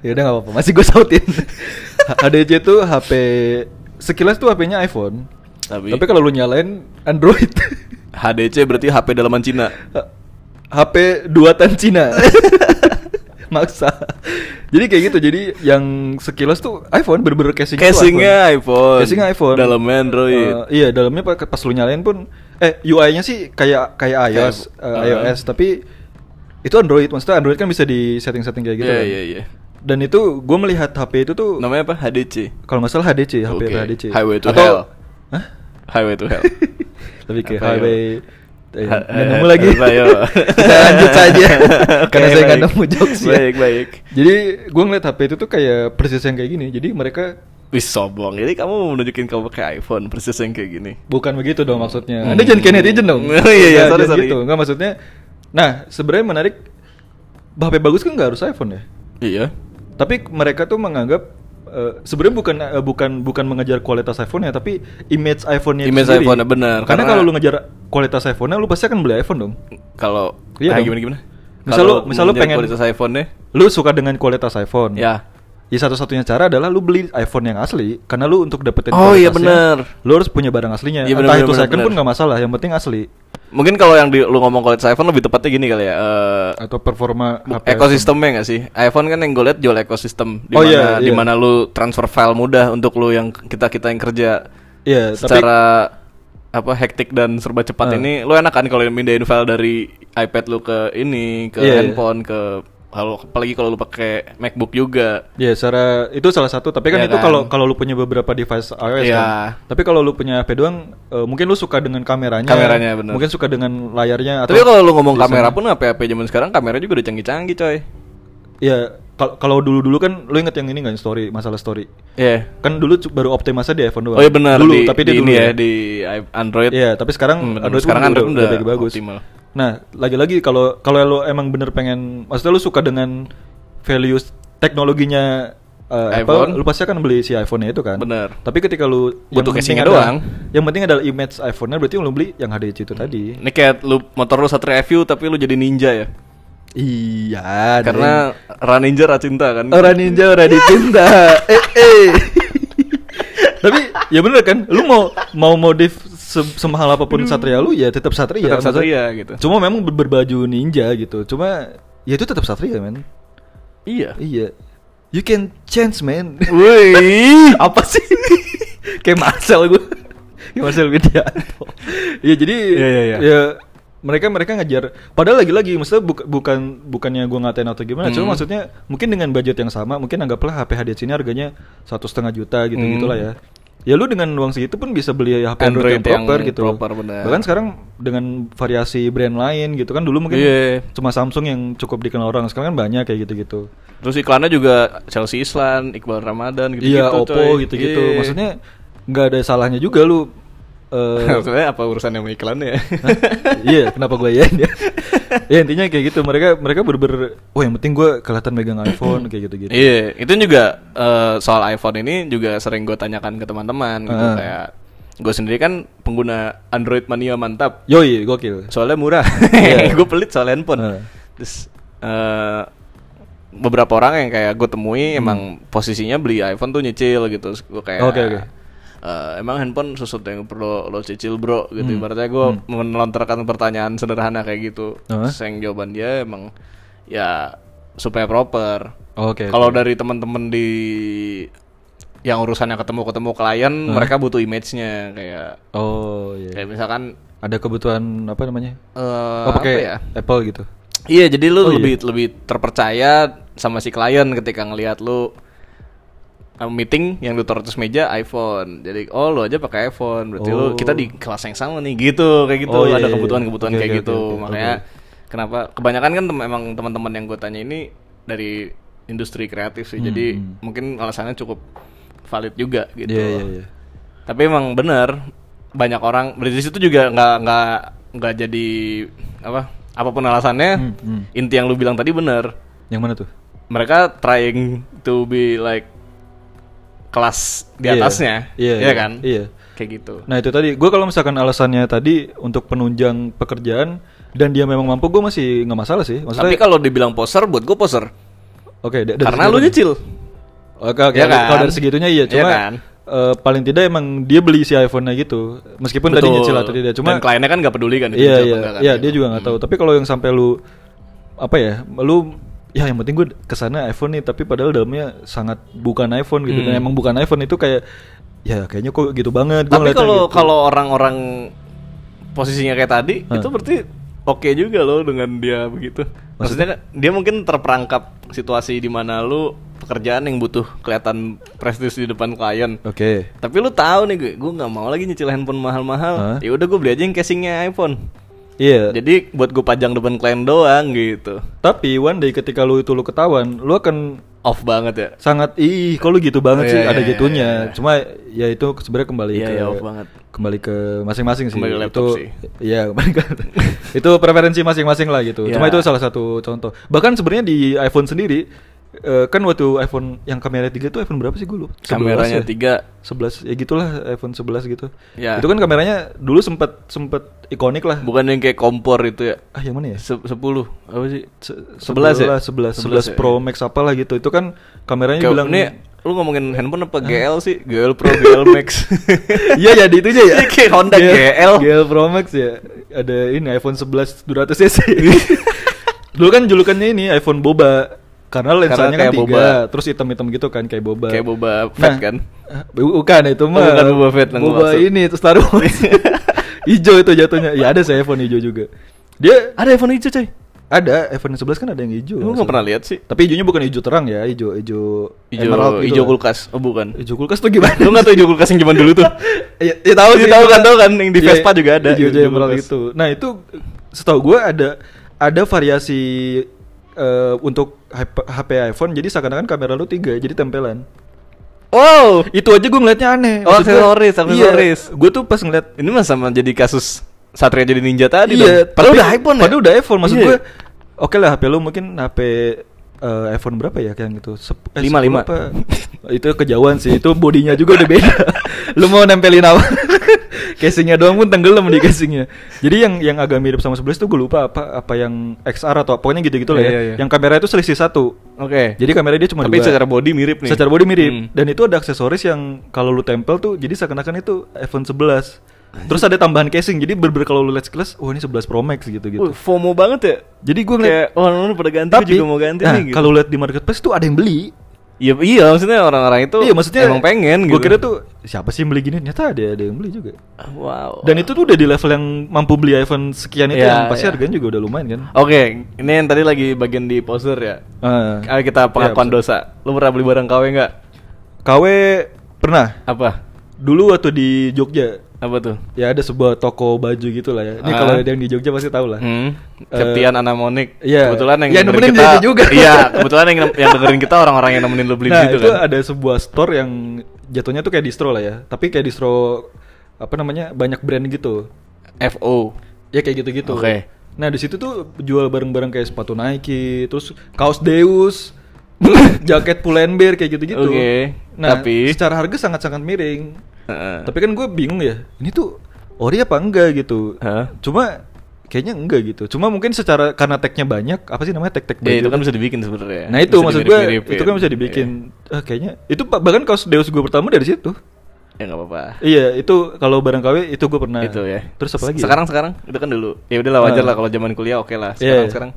ya udah nggak apa-apa, masih gue sautin. ADC itu HP sekilas tuh HP-nya iPhone.
tapi,
Tapi kan- kalau lu nyalain Android.
HDC berarti HP dalaman Cina
HP duatan Cina. Maksa. Jadi kayak gitu. Jadi yang sekilas tuh iPhone bener-bener casing
casingnya iPhone
Casingnya iPhone.
dalamnya Android
Eh, iya, dalamnya pa- pas lu nyalain pun eh UI-nya sih kayak kayak iOS,
Kayak-
eh,
uh-huh.
iOS tapi itu Android. Maksudnya Android kan bisa di setting-setting kayak gitu
Iya,
kan.
iya, iya.
Dan itu gue melihat HP itu tuh
Namanya apa? HDC.
kalau nggak salah HDC, HP
Oke.
HDC.
Highway to
Atau
Hell.
Hah?
Highway to Hell.
Lebih ke
Apa ya?
highway Eh,
Ha-
nggak nemu
eh,
lagi.
apa ya?
Kita lanjut saja. Karena saya nggak
Baik,
nemu jokes ya.
baik, baik.
Jadi gue ngeliat HP itu tuh kayak persis yang kayak gini. Jadi mereka
Wih sombong. Jadi kamu mau menunjukin kamu pakai iPhone persis yang kayak gini.
bukan begitu dong maksudnya.
Hmm.
Anda jangan kayak netizen dong.
Iya, iya,
Jangan-
sorry,
jangan
sorry.
Gitu. Nggak maksudnya. Nah sebenarnya menarik. HP bagus kan nggak harus iPhone ya.
Iya.
Tapi mereka tuh menganggap eh, sebenarnya bukan eh, bukan bukan mengejar kualitas iPhone-nya tapi image iPhone-nya itu
Image
sendiri.
iPhone-nya, benar.
Karena,
Karena-
kalau lu ngejar kualitas iPhone-nya lu pasti akan beli iPhone dong.
Kalau
Iya
Ah,
dong.
gimana gimana?
Misal
Kalau
lu- misal lu
mengejar
pengen-
kualitas iPhone deh.
Lu suka dengan kualitas iPhone.
Ya.
Ya satu-satunya cara adalah lu beli iPhone yang asli karena lu untuk dapetin
Oh, iya
kualitasnya,
benar.
Lu harus punya barang aslinya.
Iya, benar,
Entah
benar,
itu
benar,
second pun
benar.
nggak masalah, yang penting asli
Mungkin kalau yang di, lu ngomong kualitas iPhone lebih tepatnya gini kali ya. eh,
atau performa
Bu-
HP.
ekosistemnya nggak sih? iPhone kan yang gue lihat jual ekosistem di
ya? Oh,
mana
iya, iya.
di mana lu transfer file mudah untuk lu yang kita kita yang kerja
Iya, tapi
secara apa hektik dan serba cepat
Eh.
ini lu enak kan kalau mindahin file dari iPad lu ke ini ke
Iya, iya.
handphone ke kalau apalagi kalau lu pakai MacBook juga
ya secara itu salah satu, tapi kan
Iya
itu
kan?
kalau kalau lu punya beberapa device iOS
Iya.
kan. Tapi kalau lu punya HP doang eh, mungkin lu suka dengan kameranya.
Kameranya, benar.
Mungkin suka dengan layarnya atau
tapi kalau lu ngomong
desainnya.
kamera pun HP HP ya, zaman sekarang kamera juga udah canggih-canggih coy
Iya, kal- kalau dulu-dulu kan lu inget yang ini nggak story, masalah story.
Iya
Kan dulu cu- baru optimisasi di iPhone
oh
doang.
iya benar
Dulu,
di,
tapi
di
dia dulu
ini ya
ya.
di i- Android
Iya, tapi sekarang
Hmm, benar.
Android
sekarang
pun
Android udah,
lebih bagus.
optimal
Nah, lagi-lagi kalau kalau lo emang bener pengen, maksudnya lu suka dengan value teknologinya eh,
iPhone.
Apple, lu pasti akan beli si iPhone-nya itu kan.
Bener.
Tapi ketika lu
Butuh casingnya
adalah-
doang.
Yang penting adalah image iPhone-nya, berarti lu beli yang HDC itu tadi.
ini kayak lu motor lu satu review tapi lu jadi ninja ya
Iya.
karena Raninja Racinta kan
orang ninja orang dicinta. eh eh. Tapi ya bener kan, lu mau mau modif se- semahal apapun satria lu ya tetap satria.
Hmm. Tetap
Maksudnya-
satria gitu.
Cuma memang ber- berbaju ninja gitu. Cuma ya itu tetap satria men.
iya
Iya. You can change man.
Wih,
Apa sih? Kayak Marcel gue. Kayak Marcel Widianto. Iya jadi
Iya, iya, iya.
ya mereka mereka ngejar padahal lagi-lagi maksudnya buka- bukan bukannya gua ngatain atau gimana
Hmm.
cuma maksudnya mungkin dengan budget yang sama mungkin anggaplah HP HDC ini harganya satu setengah juta
Hmm.
gitu gitulah ya ya lu dengan uang segitu pun bisa beli HP Android,
Android
yang
yang
proper gitu
proper, benar.
bahkan sekarang dengan variasi brand lain gitu kan dulu mungkin
Iya.
cuma Samsung yang cukup dikenal orang sekarang kan banyak kayak gitu-gitu
Terus iklannya juga Chelsea Islan, Iqbal Ramadan gitu-gitu
Iya Oppo
coy.
gitu-gitu.
Iya.
Maksudnya nggak ada salahnya juga lu. eh,
Maksudnya apa urusannya sama iklannya ya?
Iya, kenapa gue ya? ya intinya kayak gitu. Mereka mereka berber. Wah yang penting gue kelihatan megang iPhone kayak gitu-gitu.
Iya, itu juga eh, soal iPhone ini juga sering gue tanyakan ke teman-teman gitu
Heeh.
kayak gue sendiri kan pengguna Android mania mantap.
Yoi, gokil.
Soalnya murah.
Iya.
gue pelit soal handphone.
Heeh.
Terus eh, beberapa orang yang kayak gue temui emang posisinya beli iPhone tuh nyicil gitu. Terus gue kayak
Hmm. Oke, oke.
"Eh, emang handphone sesuatu yang perlu lo cicil bro gitu
Hmm.
ibaratnya gue melontarkan pertanyaan sederhana kayak gitu
Heeh.
Terus yang jawaban dia emang ya supaya proper
Oke.
kalau dari teman-teman di yang urusannya ketemu-ketemu klien mereka butuh image-nya kayak
Oh iya.
kayak misalkan
Ada kebutuhan apa namanya?
eh
Oh
apa
pakai
ya
Apple gitu.
Iya, jadi lu lebih lebih terpercaya sama si klien ketika ngelihat lu uh, meeting yang lu taruh atas meja iPhone. Jadi oh lu aja pakai iPhone. Berarti lu
Oh.
kita di kelas yang sama nih gitu, kayak gitu.
Oh, iya,
Ada
iya.
kebutuhan-kebutuhan
Oke,
kayak
oke,
gitu.
oke, oke,
Makanya kenapa kebanyakan kan tem- emang teman-teman yang gue tanya ini dari industri kreatif sih. Jadi mungkin alasannya cukup valid juga gitu.
Hmm, Iya, iya, iya.
Tapi emang bener banyak orang dari situ juga nggak nggak nggak jadi apa apapun alasannya
Hmm, hmm.
inti yang lu bilang tadi bener
Yang mana tuh?
mereka trying to be like kelas di
Iya.
atasnya
Iya,
Iya
iya.
kan
Iya.
kayak gitu
Nah itu tadi, gue kalau misalkan alasannya tadi untuk penunjang pekerjaan dan dia memang mampu, gue masih nggak masalah sih.
tapi
Maksudnya,
kalau dibilang poser buat gue poser
oke, da- dari
karena lu
segi apa nih?
nyicil
Oke, oke.
Iya kan?
Kalau dari segitunya iya,
Iya
cuma
kan?
eh, paling tidak emang dia beli si iPhone-nya gitu, meskipun tadi
Betul.
nyicil atau tidak, cuma
dan kliennya kan nggak peduli kan itu nyicil
iya
apa
iya
nggak kan,
iya
gitu.
dia juga nggak tahu tapi kalau yang sampai lu apa ya lu ya yang penting gue kesana iPhone nih tapi padahal dalamnya sangat bukan iPhone gitu dan emang bukan iPhone itu kayak ya kayaknya kok gitu banget gua
Hmm. tapi
ngeliatnya
kalau
gitu.
kalau orang-orang posisinya kayak tadi itu berarti oke juga loh dengan dia begitu maksudnya kan, dia mungkin terperangkap situasi di mana lu pekerjaan yang butuh kelihatan prestis di depan klien
oke
tapi lu tahu nih gue gue nggak mau lagi nyicil handphone mahal-mahal
Hah?
ya udah gue beli aja yang casingnya iPhone
iya
jadi buat gue pajang depan klien doang gitu
tapi one day ketika lu itu lu ketahuan lu akan
off banget ya
sangat ih kalau gitu
Iya,
banget sih
iya,
ada
iya,
gitunya cuma ya itu sebenarnya kembali
Iya,
ke
iya, off banget.
kembali ke masing-masing sih
Kembali ke
itu
laptop sih.
iya kembali ke itu preferensi masing-masing lah gitu cuma
Iya.
itu salah satu contoh bahkan sebenarnya di iPhone sendiri eh, kan waktu iPhone yang kamera 3 itu iPhone berapa sih gue lupa
kameranya tiga
11 ya gitulah iPhone 11 gitu
Iya.
itu kan kameranya dulu sempet sempet ikonik lah
bukan yang kayak kompor itu ya
ah yang mana ya
Se- sepuluh apa sih
Se-
11 ya? 11 ya?
11 11 Pro Max apalah gitu itu kan kameranya
Kayak
bilang
ini lu ngomongin handphone apa GL sih? GL Pro, GL Max.
Iya ya di itunya ya.
Iya, kayak Honda GL.
GL Pro Max ya. Ada ini iPhone 11 200 cc. Dulu kan julukannya ini iPhone boba karena lensanya
kayak
kan tiga,
boba.
terus hitam-hitam gitu kan kayak boba.
Kayak boba fat kan? Oh,
Eh, bu- Bukan itu mah.
bukan boba fat yang gua
Boba
maksud.
ini terus taruh. hijau itu jatuhnya. Ya ada sih iPhone hijau juga. Dia
Ada iPhone hijau,
Iya,
coy.
ada iPhone 11 kan ada yang hijau.
Lu nggak pernah lihat sih?
Tapi hijaunya bukan hijau terang ya, hijau hijau gitu
Hijau hijau
lah.
kulkas. Oh, bukan.
Hijau kulkas tuh gimana?
Lu nggak tahu hijau kulkas yang zaman dulu tuh?
ya, ya tahu
Iya,
sih
tahu kan,
gua-
tahu kan, yang di
Iya,
Vespa juga ada,
hijau
hijau
emerald
bekas.
itu nah itu setahu gue ada ada variasi eh, untuk HP HP iPhone jadi seakan-akan kamera lu tiga jadi tempelan
Wow.
itu aja gue ngeliatnya aneh
Oh,
Maksud gua,
aksesoris, aksesoris.
iya, gue tuh pas ngeliat
Ini mah sama jadi kasus Satria jadi ninja tadi
iya,
dong. Padahal
tapi-
udah iPhone ya.
padahal udah iPhone maksud
Iya.
gue oke lah HP lu mungkin HP eh, iPhone berapa ya yang itu? Sep- eh,
Lima,
10
lima.
apa? itu kejauhan sih. Itu bodinya juga udah beda. lu mau nempelin apa? casingnya doang pun tenggelam di casingnya. Jadi yang yang agak mirip sama 11 tuh gue lupa apa apa yang XR atau pokoknya gitu-gitu lah
Iya,
ya.
iya, iya.
Yang kamera itu selisih satu.
Oke.
Jadi kamera dia cuma
Tapi
dua.
secara body mirip nih.
Secara body mirip
Hmm.
dan itu ada aksesoris yang kalau lu tempel tuh jadi seakan-akan itu iPhone 11. Terus ada tambahan casing. Jadi berber kalau lu lihat sekilas, wah ini 11 Pro Max gitu gitu.
Wih, FOMO banget ya.
Jadi gue ngeliat
Kayak orang-orang pada ganti gua juga mau ganti
nah,
nih gitu.
kalau lihat di marketplace tuh ada yang beli.
Iya, iya maksudnya orang-orang itu
iya maksudnya
emang pengen gitu.
Gue kira tuh siapa sih yang beli gini? Ternyata ada ada yang beli juga.
wow.
Dan itu tuh udah di level yang mampu beli iPhone sekian itu
Oh. Iya,
yang pasti
iya.
harganya juga udah lumayan kan.
Oke, ini yang tadi lagi bagian di poster ya.
Ah.
Ayo kita pengakuan
Iya,
dosa. Lu pernah beli barang KW nggak?
KW pernah
Apa?
dulu waktu di Jogja
Apa tuh?
ya ada sebuah toko baju gitu lah ya. Ini
Ah.
kalau ada yang di Jogja pasti tahu lah.
Hmm, Septian Anamonik.
Eh, iya.
Kebetulan yang
Ya,
dengerin
nemenin
kita
dia juga.
Iya, kebetulan yang yang dengerin kita orang-orang yang nemenin lu beli
nah,
gitu
itu
kan.
ada sebuah store yang jatuhnya tuh kayak distro lah ya. Tapi kayak distro apa namanya? banyak brand gitu.
FO.
Ya kayak gitu-gitu.
Oke.
Nah, di situ tuh jual barang-barang kayak sepatu Nike, terus kaos Deus, jaket Pull&Bear kayak gitu-gitu.
Oke,
Nah,
tapi-
secara harga sangat-sangat miring.
Heeh.
Tapi kan gue bingung ya. Ini tuh ori apa enggak gitu.
Hah?
Cuma kayaknya enggak gitu. Cuma mungkin secara karena tag-nya banyak, apa sih namanya tag-tag
Ya,
baju.
itu kan bisa dibikin sebenarnya.
Nah itu
Bisa Iya.
maksud gue,
dimirip-miripin.
itu kan bisa dibikin. Ah, kayaknya itu pa- bahkan kaos Deus gue pertama dari situ.
Iya. Ya enggak apa-apa.
Iya, itu kalau barang KW itu gue pernah.
itu ya.
Nah, Terus apa lagi? ya?
Sekarang sekarang itu kan dulu. Ya udahlah wajar
Ah.
lah kalau zaman kuliah oke lah.
Iya,
Sekarang
iya.
sekarang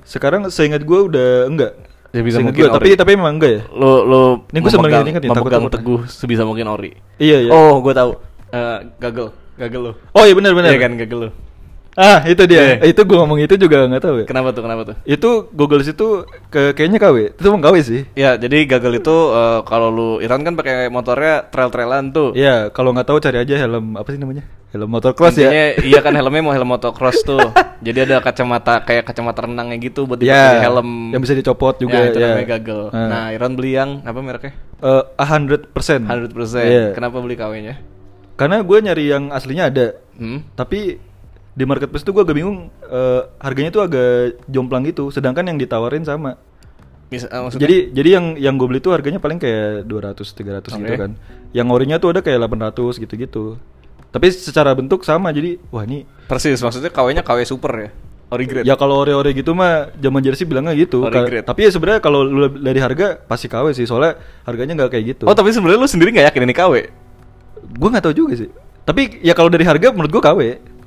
Sekarang seingat gue udah enggak.
Ya, bisa
Seingat
mungkin
gua, tapi
ori.
tapi memang enggak ya.
lu lu
Ini gua sambil
memegang,
ingat-ingat ya, takut
memegang
gua patah.
teguh sebisa mungkin ori.
Iya, iya.
Oh, gue tahu. Eh, gagal, gagal lo.
Oh iya benar benar.
Iya kan gagal lo.
Ah, itu dia.
Iya.
Itu gua ngomong itu juga nggak tahu ya.
Kenapa tuh? Kenapa tuh?
Itu Google itu ke, kayaknya KW. Itu emang KW sih.
Ya, jadi gagal itu eh, kalau lu Iran kan pakai motornya trail-trailan tuh.
Iya, kalau nggak tahu cari aja helm apa sih namanya? Helm motocross
Intinya,
ya.
iya kan helmnya mau helm motocross tuh. jadi ada kacamata kayak kacamata renangnya gitu buat dipakai
Iya,
helm.
yang bisa dicopot
Ya,
juga,
itu
iya.
namanya gagal.
Ah.
Nah, Iran beli yang apa mereknya?
Eh, A 100%.
100%.
Iya.
Kenapa beli KW-nya?
Karena gue nyari yang aslinya ada.
Hmm?
Tapi di marketplace tuh gue agak bingung eh, harganya tuh agak jomplang gitu, sedangkan yang ditawarin sama.
Bisa, ah, maksudnya?
Jadi jadi yang yang gue beli tuh harganya paling kayak 200 300
Oke.
gitu kan. Yang orinya tuh ada kayak 800 gitu-gitu. Tapi secara bentuk sama jadi wah ini
persis maksudnya KW-nya KW super ya. Ori grade.
Ya kalau ore-ore gitu mah zaman jersey bilangnya gitu.
Ori
Ka-
grade.
Tapi ya sebenarnya kalau lu dari harga pasti KW sih. Soalnya harganya nggak kayak gitu.
Oh, tapi sebenarnya lu sendiri nggak yakin ini KW.
Gua nggak tahu juga sih. Tapi ya kalau dari harga menurut gua KW.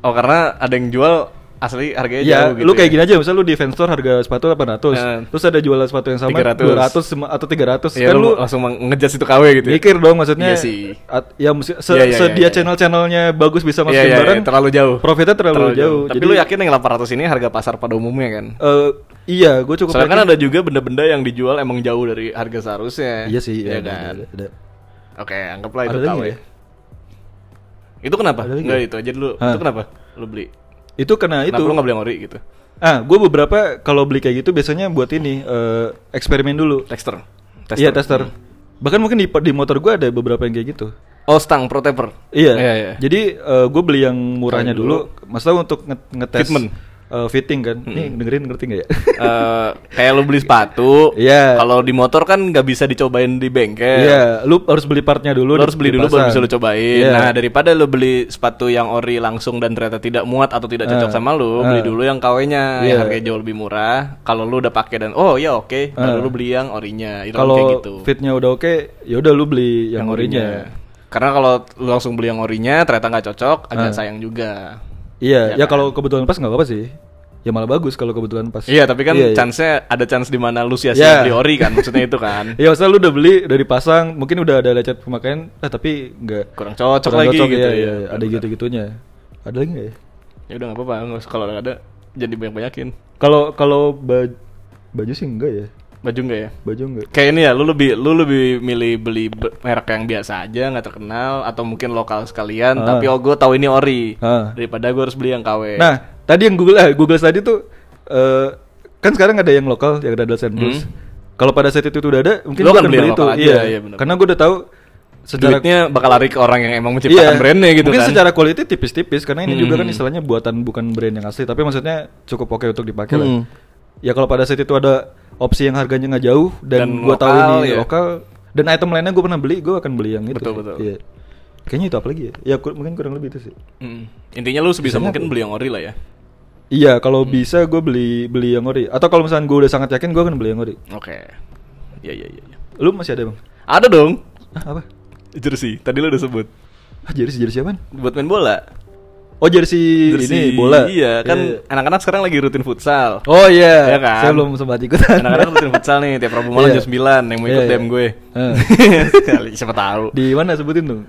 Oh, karena ada yang jual asli harganya
Ya,
jauh gitu.
lu kayak
ya.
gini aja, misalnya lu di Vans Store harga sepatu 800
Eh.
Terus ada jualan sepatu yang sama
300.
200 sem- atau 300
Iya,
Kan
lu,
lu
langsung ngejudge itu KW gitu. ya?
mikir dong maksudnya
Iya sih.
at- Ya mesti- se-
Iya, iya,
sedia
iya, iya.
channel-channelnya bagus bisa masukin
Iya, iya,
barang
iya, terlalu jauh.
Profitnya terlalu, jauh,
Tapi lu yakin yang 800 ini harga pasar pada umumnya kan?
eh, Iya, gue cukup
Soalnya
yakin.
kan ada juga benda-benda yang dijual emang jauh dari harga seharusnya.
Iya sih,
Iya
iya, ada,
kan.
ada, ada.
Oke, anggaplah itu
Ada lagi
KW.
nggak ya?
Itu kenapa?
Ada lagi
Enggak itu aja dulu.
Hah.
Itu kenapa? Lu beli.
Itu kena
Kenapa
itu
lu nggak beli yang ori gitu?
Ah, gue beberapa kalau beli kayak gitu biasanya buat ini eh, eksperimen dulu.
Texter.
Iya tester.
Hmm.
Bahkan mungkin di, di motor gue ada beberapa yang kayak gitu.
Oh, stang pro taper.
Iya.
Iya, iya.
Jadi gue beli yang murahnya
Kali
dulu. Maksudnya untuk nge- ngetes
Fitment. Hmm.
eh, fitting kan. Nih dengerin ngerti nggak ya?
Eh, kayak lu beli sepatu,
Iya.
kalau di motor kan nggak bisa dicobain di bengkel.
Iya. Lu harus beli partnya dulu.
Lu harus beli dulu baru bisa lu cobain.
Iya.
Nah, daripada lu beli sepatu yang ori langsung dan ternyata tidak muat atau tidak cocok
Eh,
sama lu, beli
eh.
dulu yang KW-nya
Iya.
yang harganya jauh lebih murah. Kalau lu udah pakai dan oh ya oke, baru lu beli yang orinya. Itu kan
Ah. Kalau
kayak gitu.
fitnya udah oke, ya udah lu beli yang, orinya.
Karena kalau lu langsung beli yang orinya ternyata nggak cocok, agak
Ah.
sayang juga.
Iya.
kan?
Ya, kalau kebetulan pas nggak apa-apa sih. Ya malah bagus kalau kebetulan pas.
Iya, tapi kan
Iya, iya.
chance-nya ada chance di mana lu sia-sia
Iya.
beli ori kan, maksudnya itu kan.
Iya, maksudnya lu udah beli, udah dipasang, mungkin udah ada lecet pemakaian, eh tapi enggak
Kurang cocok lagi gitu
iya,
ya.
iya, ada gitu-gitunya. Ada lagi enggak ya?
Ya udah nggak apa-apa, nggak usah- kalau ada jadi banyak-banyakin.
Kalau kalau baju, baju sih enggak ya.
Baju nggak ya?
Baju enggak.
Kayak ini ya, lu lebih lu lebih milih beli be- merek yang biasa aja nggak terkenal atau mungkin lokal sekalian,
Ah.
tapi oh gue tahu ini ori
Ah.
daripada gue harus beli yang KW.
Nah, tadi yang Google eh, Google tadi tuh eh, kan sekarang ada yang lokal, yang ada Dulce and Blues. Kalau pada saat itu udah ada, mungkin
Lu
gua
akan Hmm. kan beli yang
itu.
lokal aja,
iya,
iya benar.
Karena gue udah tahu secara
duitnya bakal lari ke orang yang emang menciptakan brandnya gitu
Iya. Mungkin
kan. Hmm.
secara quality tipis-tipis karena ini juga kan istilahnya buatan bukan brand yang asli tapi maksudnya cukup oke untuk dipakai lah.
Hmm.
Ya kalau pada saat itu ada opsi yang harganya nggak jauh dan,
Dan
gua tahu
lokal,
ini
ya.
lokal dan item lainnya gua pernah beli, gua akan beli yang itu.
Betul,
sih.
betul.
Iya. Kayaknya itu apa lagi ya? Ya kur- mungkin kurang lebih itu sih.
Mm. Intinya lu sebisa mungkin beli yang ori lah ya.
Iya,
Hmm.
kalau bisa gua beli beli yang ori atau kalau misalnya gua udah sangat yakin gua akan beli yang ori.
Oke. Ya ya ya. ya.
Lu masih ada, Bang?
Ada dong
Hah, apa?
jersey. Tadi lu udah sebut
Ah, jersey jersey apaan?
buat main bola.
Oh, jersey, ini bola.
Iya, kan anak-anak sekarang lagi rutin futsal.
Oh iya,
Iya kan?
saya belum sempat ikutan.
Anak-anak rutin futsal nih tiap Rabu malam
Iya.
jam 9 yang mau ikut
Iya,
DM
iya.
gue.
Heeh.
Sekali, Siapa tahu.
Di mana sebutin tuh?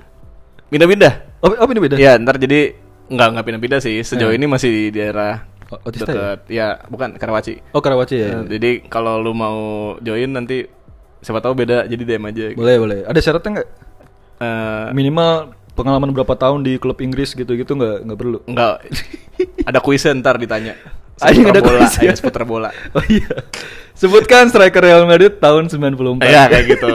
Pindah-pindah.
Oh, oh ini beda.
Iya, ntar jadi nggak nggak pindah-pindah sih. Sejauh ini masih di daerah
O- Iya. Otista ya?
deket- ya? bukan Karawaci.
Oh, Karawaci ya.
Nah, Jadi kalau lu mau join nanti siapa tahu beda jadi DM aja. gitu.
Boleh, boleh. Ada syaratnya nggak?
Eh,
Minimal pengalaman berapa tahun di klub Inggris gitu-gitu nggak nggak perlu.
Enggak. ada kuisnya ntar ditanya.
Anjing, ada
bola,
kuis ya?
ya, seputar bola.
Oh iya. Sebutkan striker Real Madrid tahun 94.
Iya, kayak gitu.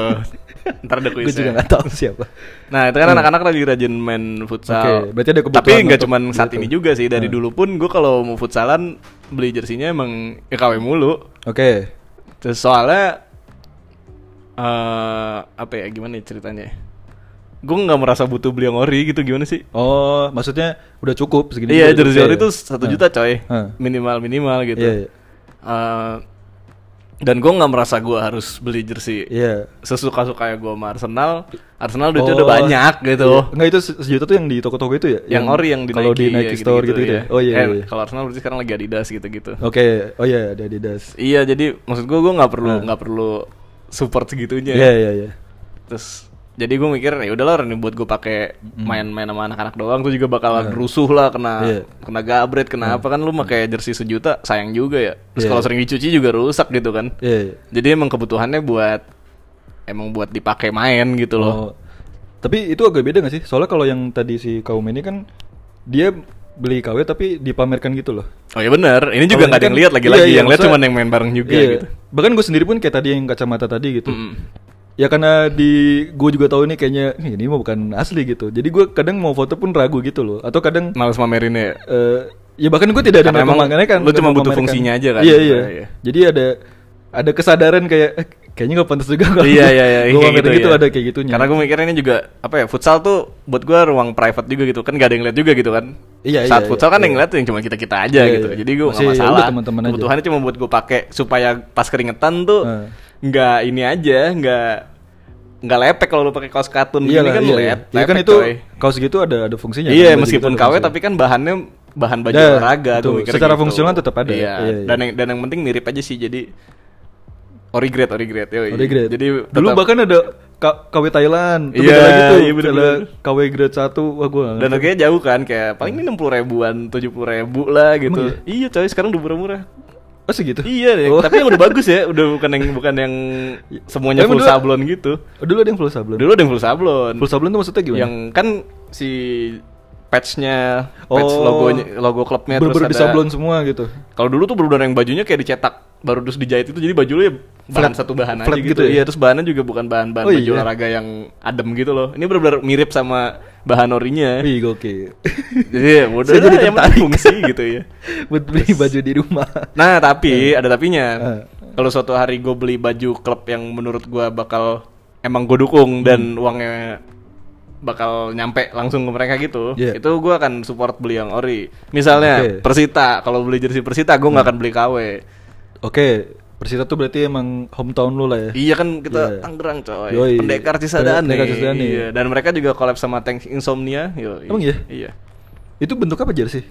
Ntar ada
Gue juga
kuisnya.
nggak tahu siapa.
Nah, itu kan anak-anak lagi rajin main futsal.
Hmm. Oke, berarti ada kebutuhan
Tapi nggak
untuk gitu. Hmm.
cuman saat
itu.
ini juga sih. Dari dulu pun gue kalau mau futsalan beli jersinya emang ya KW mulu.
Oke.
Terus soalnya eh apa ya gimana ya ceritanya? Gue nggak merasa butuh beli yang ori gitu gimana sih?
Oh, maksudnya udah cukup segini.
Iya
dulu,
jersey
oke.
ori itu satu
Ah.
juta coy
Ah.
minimal minimal gitu.
Iya, iya.
Eh, dan gue nggak merasa gue harus beli jersey
Iya.
sesuka sukanya gue sama Arsenal. Arsenal Kan duitnya
Oh,
udah banyak gitu.
Iya. Enggak itu se- sejuta tuh yang di toko-toko itu ya?
Yang, ori yang di
Kalau
Nike,
di
ya,
Nike Store gitu, gitu, ya. Oh iya.
Eh,
iya, iya.
Kalau Arsenal berarti sekarang lagi Adidas gitu-gitu.
Oke. Oh iya, ada Adidas.
Iya Nah. jadi maksud gue gue nggak perlu nggak perlu support segitunya.
Iya, iya, iya.
Terus jadi gue mikir ya udahlah ini buat gue pakai main-main sama anak-anak doang tuh juga bakalan rusuh lah kena
Iya.
kena gabret kena apa kan lu pakai jersey sejuta sayang juga ya terus
Iya.
kalau sering dicuci juga rusak gitu kan
Iya, iya.
jadi emang kebutuhannya buat emang buat dipakai main gitu loh
Oh. Tapi itu agak beda gak sih? Soalnya kalau yang tadi si Kaum ini kan dia beli KW tapi dipamerkan gitu loh.
oh iya benar ini juga
Kalau
nggak ada
kan-
yang lihat lagi-lagi
iya, iya,
yang lihat
maksudnya-
cuma yang main bareng juga
Iya.
gitu
Bahkan gue sendiri pun kayak tadi yang kacamata tadi gitu.
Mm-mm.
Ya karena di gue juga tahu ini kayaknya "Nih, ini mah bukan asli gitu. Jadi gue kadang mau foto pun ragu gitu loh. Atau kadang
males mamerinnya ya
eh, ya bahkan gue tidak ada
Karena
niat
emang
memamerkan-
lu cuma butuh
memamerkan.
fungsinya aja kan
Iya iya.
sebenarnya, iya.
Jadi ada ada kesadaran kayak eh, kayaknya gak pantas juga kalau
iya iya iya
gue
kayak
gitu, gitu
iya.
ada kayak gitunya.
karena gue mikirnya ini juga apa ya futsal tuh buat gue ruang private juga gitu kan gak ada yang lihat juga gitu kan
Iya,
saat
iya,
futsal
iya,
kan yang
iya.
ngeliat yang cuma kita kita aja
Iya,
gitu
iya.
jadi gue
Masih,
nggak
ya
masalah
udah, teman-teman aja.
kebutuhannya cuma buat gue pakai supaya pas keringetan tuh
Heeh.
nggak ini aja nggak nggak lepek kalau lu pakai kaos katun
Iya
gini
lah,
kan
iya,
lep-
iya. Iya kan
lepek,
itu
coy.
kaos gitu ada ada fungsinya.
iya
kan, baju
meskipun
gitu ada
KW
fungsinya.
tapi kan bahannya bahan baju
Ya,
olahraga
betul.
tuh mikirnya
Secara
gitu.
fungsional tetap ada.
Iya.
Iya, iya.
Dan yang dan yang penting mirip aja sih jadi oh, origrade origrade yoi.
Ada grade.
Jadi
Oh, dulu
tetap-
bahkan ada K- KW Thailand, tuh
Iya,
beda lagi tuh.
iya, bener-bener.
Ada KW grade 1, wah gua. nggak
Dan
ngerti.
harganya jauh kan, kayak paling ini 60 ribuan, 70 ribu lah gitu. Iya coy, sekarang udah murah-murah.
oh segitu.
Iya deh,
Oh.
tapi yang udah bagus ya, udah bukan yang bukan yang semuanya
Emang
full
dulu-
sablon gitu.
Dulu ada yang full sablon.
Dulu ada yang full sablon.
Full sablon tuh maksudnya gimana?
Yang kan si patchnya, patch
Oh.
logonya, logo klubnya
Bener-bener
terus
di
ada.
sablon semua gitu.
Kalau dulu tuh benar yang bajunya kayak dicetak, baru terus dijahit itu jadi baju lu ya bahan
Flat-
satu bahan
flat
aja gitu.
gitu ya?
Iya, terus bahannya juga bukan bahan-bahan
Oh,
baju
iya.
olahraga yang adem gitu loh. Ini benar-benar mirip sama bahan orinya.
Wih, gokil.
Jadi ya udah
Saya jadi
lah, yang penting fungsi gitu ya.
Buat beli baju di rumah.
Nah tapi ada tapinya.
Eh.
Kalau suatu hari gue beli baju klub yang menurut gua bakal emang gue
Hmm.
dukung dan uangnya bakal nyampe langsung ke mereka gitu,
Iya.
itu gua akan support beli yang ori. Misalnya
Oke. Hmm.
Persita, kalau beli jersey Persita gue nggak akan beli KW.
Oke, Persita tuh berarti emang hometown lu lah ya.
Iya kan
Iya, iya.
kita Tangerang coy,
Yoi.
pendekar Cisadane.
Pendekar Cisadane.
Iya. Dan mereka juga collab sama Tank Insomnia. Yoi.
Emang iya?
Iya.
Itu bentuk apa jersey?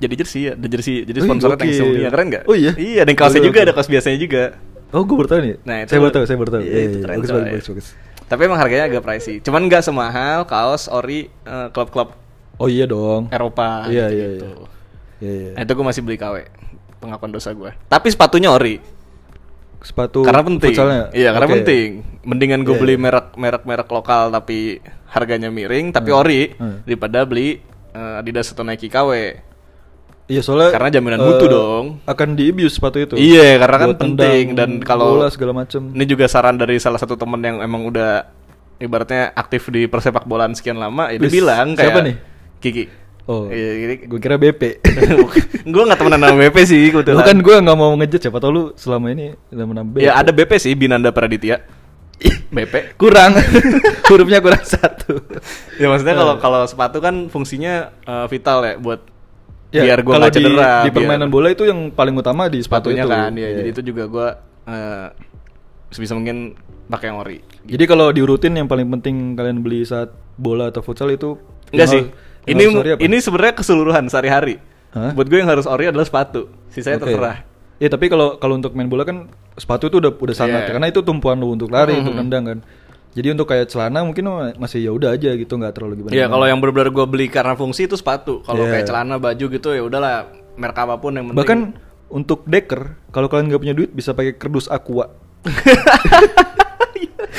Jadi jersey ya, ada jersey, jadi
Wih,
sponsornya Tank
gokil.
Insomnia keren nggak?
Oh iya?
Iya, ada yang kaosnya
Oke,
juga,
oke.
ada kaos biasanya juga.
Oh, gue baru tahu nih.
Nah, itu
saya baru tahu, saya baru tahu.
Iya,
Iya,
itu
iya,
keren,
bagus,
coy.
bagus, bagus, bagus.
Tapi emang harganya agak pricey. Cuman nggak semahal kaos ori eh, klub-klub
Oh iya dong.
Eropa
Iya, iya,
gitu-gitu.
iya. Iya, iya.
Nah, itu gue masih beli KW. Pengakuan dosa gue. Tapi sepatunya ori.
Sepatu
karena penting.
futsalnya.
Iya, karena
Oke.
penting. Mendingan gue
Iya,
beli merek merek merek lokal tapi harganya miring tapi ori
Hmm.
daripada beli eh, Adidas atau Nike KW.
Iya soalnya
Karena jaminan
eh,
mutu dong.
Akan diabuse sepatu itu.
Iya, karena kan
Buat tendang,
penting dan kalau
bola segala macem.
Ini juga saran dari salah satu temen yang emang udah ibaratnya aktif di persepak bolaan sekian lama, ya dia
Wis,
bilang kayak
siapa nih?
Kiki.
Oh,
Iya, jadi
gue kira BP.
gue gak temenan sama BP sih kebetulan.
Bukan gue nggak mau ngejat siapa tau lu selama ini dalam nama BP.
Ya ada BP sih Binanda Praditya. BP.
kurang hurufnya kurang satu.
Ya maksudnya
Eh.
kalau kalau sepatu kan fungsinya eh, vital ya buat
Ya,
biar gue
kalau
gak
di-
cedera.
Di,
biar-
permainan bola itu yang paling utama di sepatu
sepatunya
itu.
kan, ya.
Iya.
Jadi itu juga gue eh, sebisa mungkin pakai yang ori.
Jadi kalau diurutin yang paling penting kalian beli saat bola atau futsal itu
Enggak
yang
sih.
harus- yang
Ini
harus sorry apa?
ini sebenarnya keseluruhan sehari-hari.
Hah?
Buat gue yang harus ori adalah sepatu. Sisanya
Oke.
terserah.
Iya tapi kalau kalau untuk main bola kan sepatu itu udah udah sangat
Iya. Mm-hmm.
karena itu tumpuan lu untuk lari untuk nendang kan. Jadi untuk kayak celana mungkin ma- masih ya udah aja gitu nggak terlalu gimana.
Iya, kalau yang benar-benar gue beli karena fungsi itu sepatu. Kalau
Iya.
kayak celana, baju gitu ya udahlah merek apapun yang penting.
Bahkan untuk deker kalau kalian nggak punya duit bisa pakai kerdus aqua.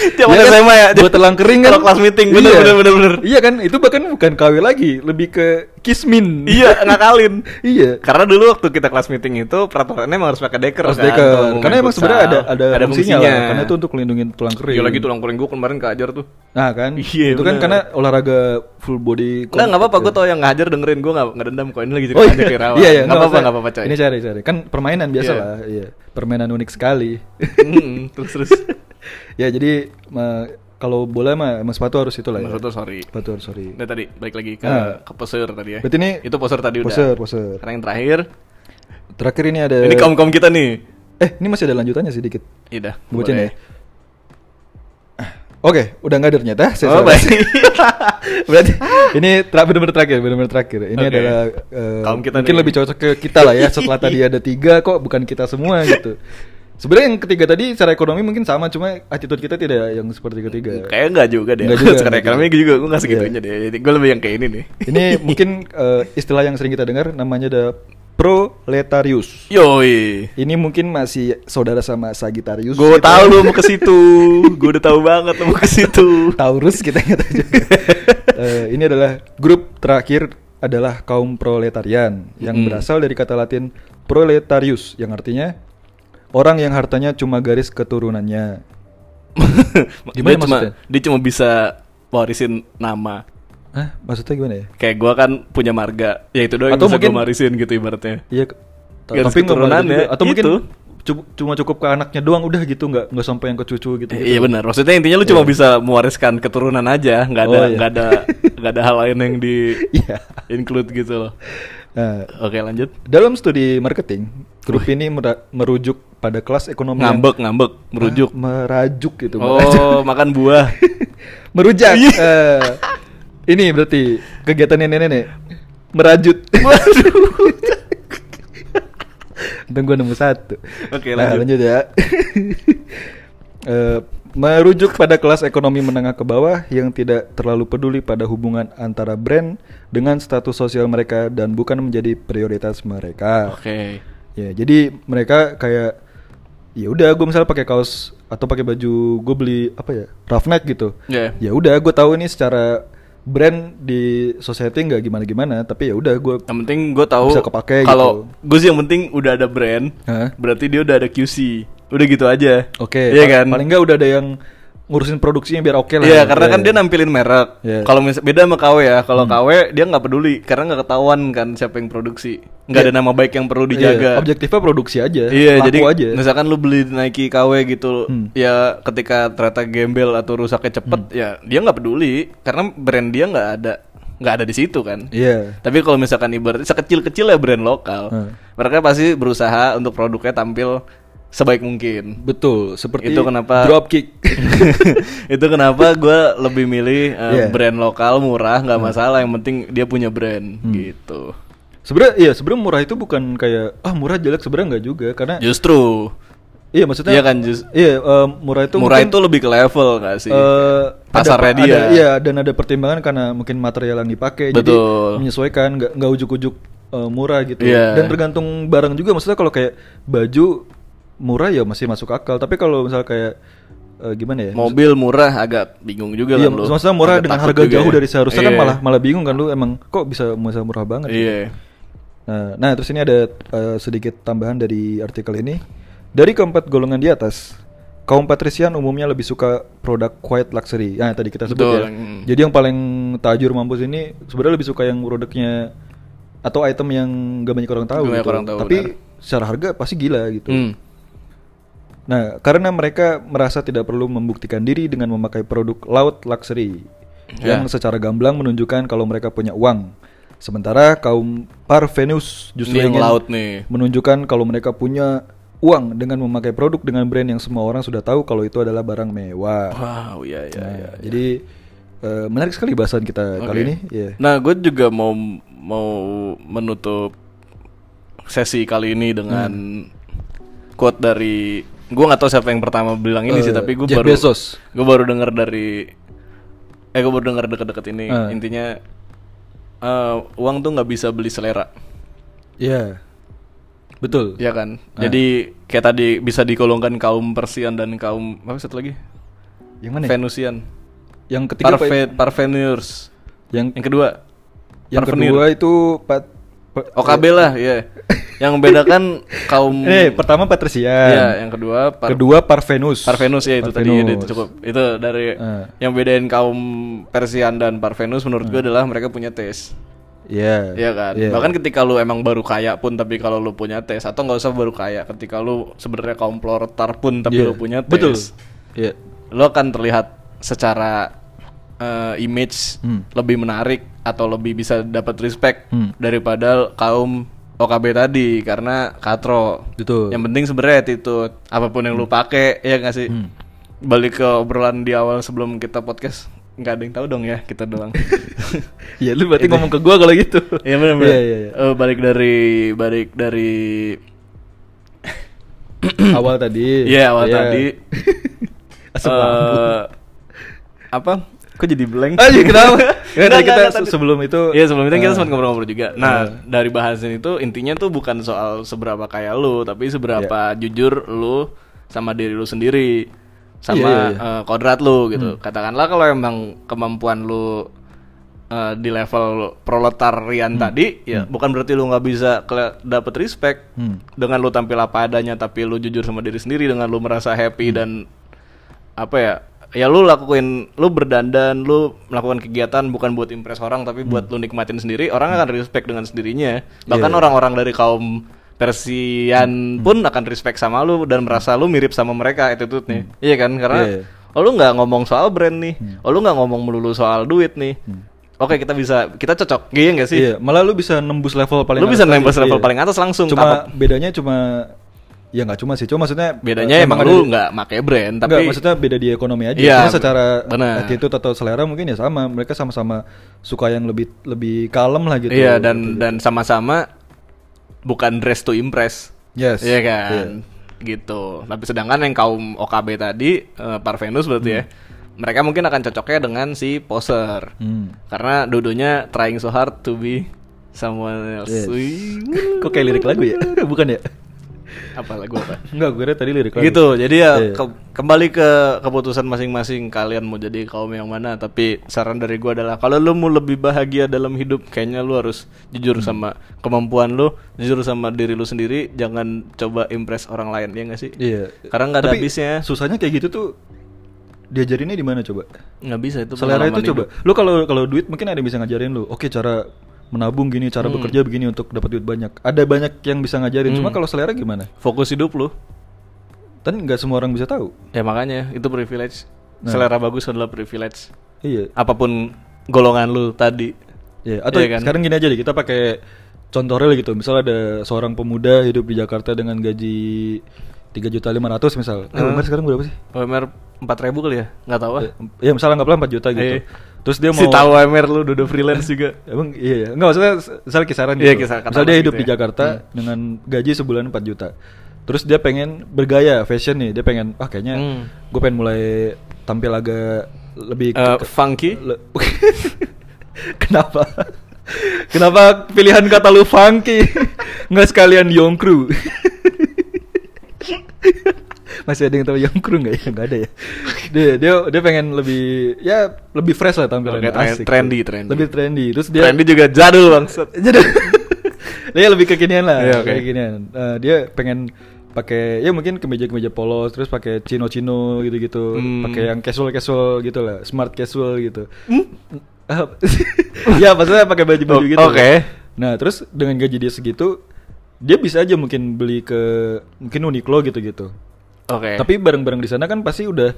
Zaman
Iya kan?
SMA ya.
Buat telang kering kan.
Kalau kelas meeting bener
Iya.
bener bener bener.
Iya kan? Itu bahkan bukan KW lagi, lebih ke kismin.
iya, ngakalin.
iya.
Karena dulu waktu kita kelas meeting itu peraturannya emang harus pakai deker
Harus
kan,
deker.
kalau mau
Karena
main
emang
futsal.
sebenarnya ada ada, fungsinya, lah. Karena itu untuk melindungi tulang kering.
Iya lagi tulang kering gue kemarin kehajar tuh.
Nah kan,
Iya,
itu kan
bener.
karena olahraga full body.
Enggak, enggak apa-apa,
contact
gue tau yang ngajar dengerin, gue gak, nggak dendam kok, ini lagi cerita
Oh
aja
iya,
Firawan.
iya, iya,
kan, Nggak apa-apa,
maksudnya
nggak apa-apa coy
Ini cari, cari. Kan permainan biasa
Iya.
lah, iya. Permainan unik sekali.
Mm, Terus, terus
ya jadi eh, kalau bola mah emang sepatu harus itu lah ya.
Maksud tuh sorry
Sepatu harus sorry.
Nah tadi, balik lagi ke,
Nah.
ke poser tadi ya
Berarti ini-
Itu poser tadi udah
Poser, poser.
Sekarang yang terakhir
Terakhir ini ada.
Ini kaum-kaum kita nih
Eh, ini masih ada lanjutannya sedikit.
Iya dah
Gue bacain ya. Ah, Oke, udah nggak ada ternyata. Saya
Oh
salah.
baik Ah.
Berarti ini tra- benar-benar terakhir, benar-benar terakhir. Ini
Oke.
adalah eh,
Kaum kita
mungkin
nih.
lebih cocok ke kita lah ya. Setelah tadi ada tiga, kok bukan kita semua gitu. Sebenarnya yang ketiga tadi secara ekonomi mungkin sama, cuma attitude kita tidak yang seperti ketiga.
Kayaknya enggak juga deh.
Nggak juga,
Secara
nggak
ekonomi juga gue enggak
Iya.
segitunya deh. Jadi gue lebih yang kayak ini nih.
Ini mungkin eh, istilah yang sering kita dengar namanya ada proletarius.
Yoi.
Ini mungkin masih saudara sama Sagittarius.
Gue
gitu.
tahu lu mau ke situ. Gue udah tahu banget lu mau ke situ.
Taurus kita ingat aja. Eh, ini adalah grup terakhir adalah kaum proletarian yang
Mm-mm.
berasal dari kata Latin proletarius yang artinya orang yang hartanya cuma garis keturunannya. Gimana
dia cuma
maksudnya?
dia cuma bisa warisin nama.
Hah, maksudnya gimana ya?
Kayak gue kan punya marga, ya itu doang yang
Atau
bisa gue
mungkin-
warisin gitu ibaratnya.
Iya. ke- ta-
Garis
nggak
keturunan
boleh
ya,
juga. Atau mungkin
gitu.
cu- cuma cukup ke anaknya doang udah gitu nggak nggak sampai yang ke cucu gitu. Iya.
Iya benar. Maksudnya intinya lu cuma bisa mewariskan keturunan aja, nggak ada
Oh, iya.
nggak ada nggak ada hal lain yang di
Iya.
include gitu loh.
Nah,
Oke lanjut.
dalam studi marketing, grup ini mera- merujuk pada kelas ekonomi yang-
Ngambek ngambek merujuk.
Ah, merajuk gitu. merajuk.
Oh makan buah.
merujak.
Iya.
eh, ini berarti kegiatan nenek-nenek merajut. Untung gue nemu satu.
Oke,
Nah,
lanjut.
ya. Eh, merujuk pada kelas ekonomi menengah ke bawah yang tidak terlalu peduli pada hubungan antara brand dengan status sosial mereka dan bukan menjadi prioritas mereka.
Oke.
Ya, jadi mereka kayak ya udah gue misalnya pakai kaos atau pakai baju gue beli apa ya roughneck gitu.
Ya.
Ya udah gue tahu ini secara brand di society nggak gimana gimana, tapi ya udah gue
Yang penting gue tahu
Bisa kepake
kalau
gitu.
gue sih yang penting udah ada brand,
Hah?
berarti dia udah ada QC. Udah gitu aja.
oke.
Iya
pa-
kan?
Paling nggak udah ada yang ngurusin produksinya biar oke lah. gitu ya.
Iya, karena kan dia
namanya
nampilin merek.
Iya. Hmm.
Kalau mis- beda sama KW ya, kalau KW dia nggak peduli karena nggak ketahuan kan siapa yang produksi. Nggak
Iya.
ada nama baik yang perlu dijaga.
objektifnya produksi aja.
Iya,
laku
jadi
aja.
misalkan lu beli Nike KW gitu,
Hmm.
ya ketika ternyata gembel atau rusaknya cepet, ya dia nggak peduli karena brand dia nggak ada, nggak ada di situ kan.
Iya.
Tapi kalau misalkan ibaratnya sekecil-kecil ya brand lokal,
Hmm.
mereka pasti berusaha untuk produknya tampil sebaik mungkin.
Betul, seperti
Itu kenapa-
dropkick.
Itu kenapa gue lebih milih eh,
Iya. Hmm.
brand lokal murah nggak masalah, yang penting dia punya brand gitu.
sebenarnya iya, sebenarnya murah itu bukan kayak ah murah jelek sebenarnya nggak juga karena
Justru
Iya maksudnya
Iya kan, Jus?
Iya eh, murah itu
murah
mungkin,
itu lebih ke level nggak sih?
eh,
pasarnya
ada,
dia.
ada- Iya dan ada pertimbangan karena mungkin material yang dipakai
Betul.
jadi menyesuaikan nggak nggak ujuk-ujuk eh, murah gitu.
Iya.
Dan tergantung barang juga maksudnya kalau kayak baju murah ya masih masuk akal tapi kalau misal kayak eh, gimana ya?
Mobil murah agak bingung juga
Iya,
kan lu.
maksudnya murah
Agak
dengan
takut
harga
juga
jauh
ya.
dari seharusnya kan
Iya.
malah malah bingung kan lu emang kok bisa murah murah banget. ya.
Iya.
Nah, nah, terus ini ada eh, sedikit tambahan dari artikel ini. Dari keempat golongan di atas, kaum patrisian umumnya lebih suka produk quiet luxury. Nah, tadi kita sebut
Betul,
ya.
mm.
Jadi yang paling tajur mampus ini sebenarnya lebih suka yang produknya atau item yang gak banyak orang tahu.
Gak banyak
gitu.
orang tahu,
Tapi
benar.
secara harga pasti gila gitu.
Hmm.
Nah, karena mereka merasa tidak perlu membuktikan diri dengan memakai produk laut luxury
Ya.
yang secara gamblang menunjukkan kalau mereka punya uang. Sementara kaum parvenus justru
Ini yang
ingin
laut nih.
menunjukkan kalau mereka punya uang dengan memakai produk dengan brand yang semua orang sudah tahu kalau itu adalah barang mewah.
Wow, iya iya.
Nah,
iya.
Jadi eh, menarik sekali bahasan kita kali
Oke.
ini. Iya.
Nah, gue juga mau mau menutup sesi kali ini dengan
Hmm.
quote dari gue nggak tahu siapa yang pertama bilang ini sih,
Eh,
tapi gue
Jeff
baru
Bezos.
gue baru dengar dari eh gue baru dengar deket-deket ini
Eh.
intinya eh, uang tuh nggak bisa beli selera.
Iya. Betul.
Iya kan.
Ah.
Jadi kayak tadi bisa digolongkan kaum Persian dan kaum apa satu lagi?
Yang mana? ya?
Venusian.
Yang ketiga apa? ya?
Parfait, parveneurs.
Yang
Yang kedua
yang
parvenir.
kedua itu pat, pa-
OKB lah, ya. Yang membedakan kaum
Eh, pertama patrisian.
ya, yang kedua Hmm. par
kedua Parvenus.
Parvenus ya itu tadi itu cukup. Itu dari
Eh.
yang bedain kaum Persian dan Parvenus menurut gue adalah mereka punya tes.
Iya.
Iya kan.
Iya.
Bahkan ketika lu emang baru kaya pun tapi kalau lu punya tes atau nggak usah baru kaya, ketika lu sebenarnya kaum proletar pun tapi
Iya.
lu punya tes.
Betul. Iya.
lo akan terlihat secara eh, image
Hmm.
lebih menarik atau lebih bisa dapat respect
Hmm.
daripada kaum OKB tadi karena katro.
Betul.
Yang penting sebenarnya attitude apapun yang lu pakai ya nggak sih. Balik ke obrolan di awal sebelum kita podcast nggak ada yang tahu dong ya kita doang.
Iya, lu berarti ngomong ke gua kalau gitu.
Iya benar benar.
Iya, iya, iya.
Eh, balik dari balik dari
awal tadi.
Iya, awal tadi.
Asam
Eh, apa? Kok jadi blank?
Aja Oh, kenapa?
Nggak,
Kan tadi
nggak,
kita
nggak,
se-
tadi-
sebelum itu.
Iya sebelum itu kita
eh,
sempat ngobrol-ngobrol juga. Nah
eh.
dari bahasan itu intinya tuh bukan soal seberapa kaya lu, tapi
Iya.
seberapa jujur lu sama diri lu sendiri, sama
Iya, iya, iya.
eh, kodrat lu gitu. Katakanlah kalau emang kemampuan lu eh, di level proletarian
Hmm.
tadi, ya bukan berarti lu nggak bisa kele- dapet respect
Hmm.
dengan lu tampil apa adanya, tapi lu jujur sama diri sendiri dengan lu merasa
Hmm.
happy dan apa ya ya lu lakuin lu berdandan lu melakukan kegiatan bukan buat impress orang tapi buat lu nikmatin sendiri orang akan respect dengan sendirinya bahkan
Hmm. Iya, Hmm. iya.
orang-orang dari kaum Persian pun akan respect sama lu dan merasa lu mirip sama mereka attitude nih iya kan karena
Iya, Hmm. iya.
oh lu nggak ngomong soal brand nih oh lu nggak ngomong melulu soal duit nih oke kita bisa kita cocok iya nggak sih
Hmm. Iya, malah lu bisa nembus level paling
lu bisa
atas
nembus
tadi,
level
iya.
paling atas langsung
Cuma
tanpa-
bedanya cuma ya nggak cuma sih, cuma maksudnya
bedanya
eh,
emang
ada
lu
di-
nggak pakai brand tapi
Nggak, maksudnya beda di ekonomi aja.
Iya,
Cuma secara
benar.
attitude atau selera mungkin ya sama. Mereka sama-sama suka yang lebih lebih kalem lah gitu.
Iya dan dan sama-sama bukan dress to impress.
Yes.
Iya kan? Gitu. Tapi sedangkan yang kaum OKB tadi eh, Parvenus berarti ya. Mereka mungkin akan cocoknya dengan si poser.
Hmm.
Karena dudunya trying so hard to be someone else.
Yes.
Wih,
Kok kayak lirik lagu ya? Bukan ya?
Apa lagu apa?
Enggak, gue kira tadi lirik lagu.
gitu. Jadi ya
Iya, iya.
ke- kembali ke keputusan masing-masing kalian mau jadi kaum yang mana. Tapi saran dari gua adalah kalau lu mau lebih bahagia dalam hidup, kayaknya lu harus jujur sama kemampuan lu, jujur sama diri lu sendiri, jangan coba impress orang lain ya nggak sih?
Iya.
Karena nggak ada
Tapi
habisnya.
Susahnya kayak gitu tuh diajarinnya di mana coba?
Nggak bisa itu
selera
pengalaman
itu coba.
hidup.
Lu kalau kalau duit mungkin ada yang bisa ngajarin lu. Oke, cara menabung gini, cara
Hmm.
bekerja begini untuk dapat duit banyak. Ada banyak yang bisa ngajarin. Cuma kalau selera gimana?
Fokus hidup lu.
Kan nggak semua orang bisa tahu.
Ya makanya itu privilege. Selera bagus adalah privilege.
Iya.
Apapun golongan lu tadi.
Iya, atau
Iya kan?
sekarang gini aja deh, kita pakai contoh real gitu. Misal ada seorang pemuda hidup di Jakarta dengan gaji 3.500 juta misal. Eh,
Hmm.
Umar sekarang berapa sih?
UMR 4000 kali ya? Nggak tahu ah.
Ya, misalnya anggaplah 4 juta gitu.
Iya.
Terus dia mau
Si tahu UMR lu udah freelance juga.
Emang iya ya. Enggak maksudnya misal kisaran gitu.
Iya, kisaran kata
misal dia
mas
hidup
gitu
di
ya.
Jakarta dengan gaji sebulan 4 juta. Terus dia pengen bergaya fashion nih, dia pengen ah kayaknya
Hmm.
gue pengen mulai tampil agak lebih
Eh, funky.
le- Kenapa? Kenapa pilihan kata lu funky? Enggak sekalian Yongkru. Masih ada yang tahu Yongkru enggak ya? Enggak ada ya. Dia dia dia pengen lebih ya lebih fresh lah
Oke,
tampilannya.
tre-
asik.
trendy, trendy.
Lebih trendy. Terus dia
dia juga jadul bangsat.
jadi dia lebih kekinian lah
Iya, oke.
lebih kekinian Eh, dia pengen pakai ya mungkin kemeja-kemeja polos terus pakai chino-chino gitu-gitu
Hmm.
pakai yang casual-casual gitu lah smart casual gitu Apa- ya maksudnya pakai baju-baju
O-
gitu
Oh, oke.
nah terus dengan gaji dia segitu dia bisa aja mungkin beli ke mungkin Uniqlo gitu-gitu
Oke.
tapi barang-barang di sana kan pasti udah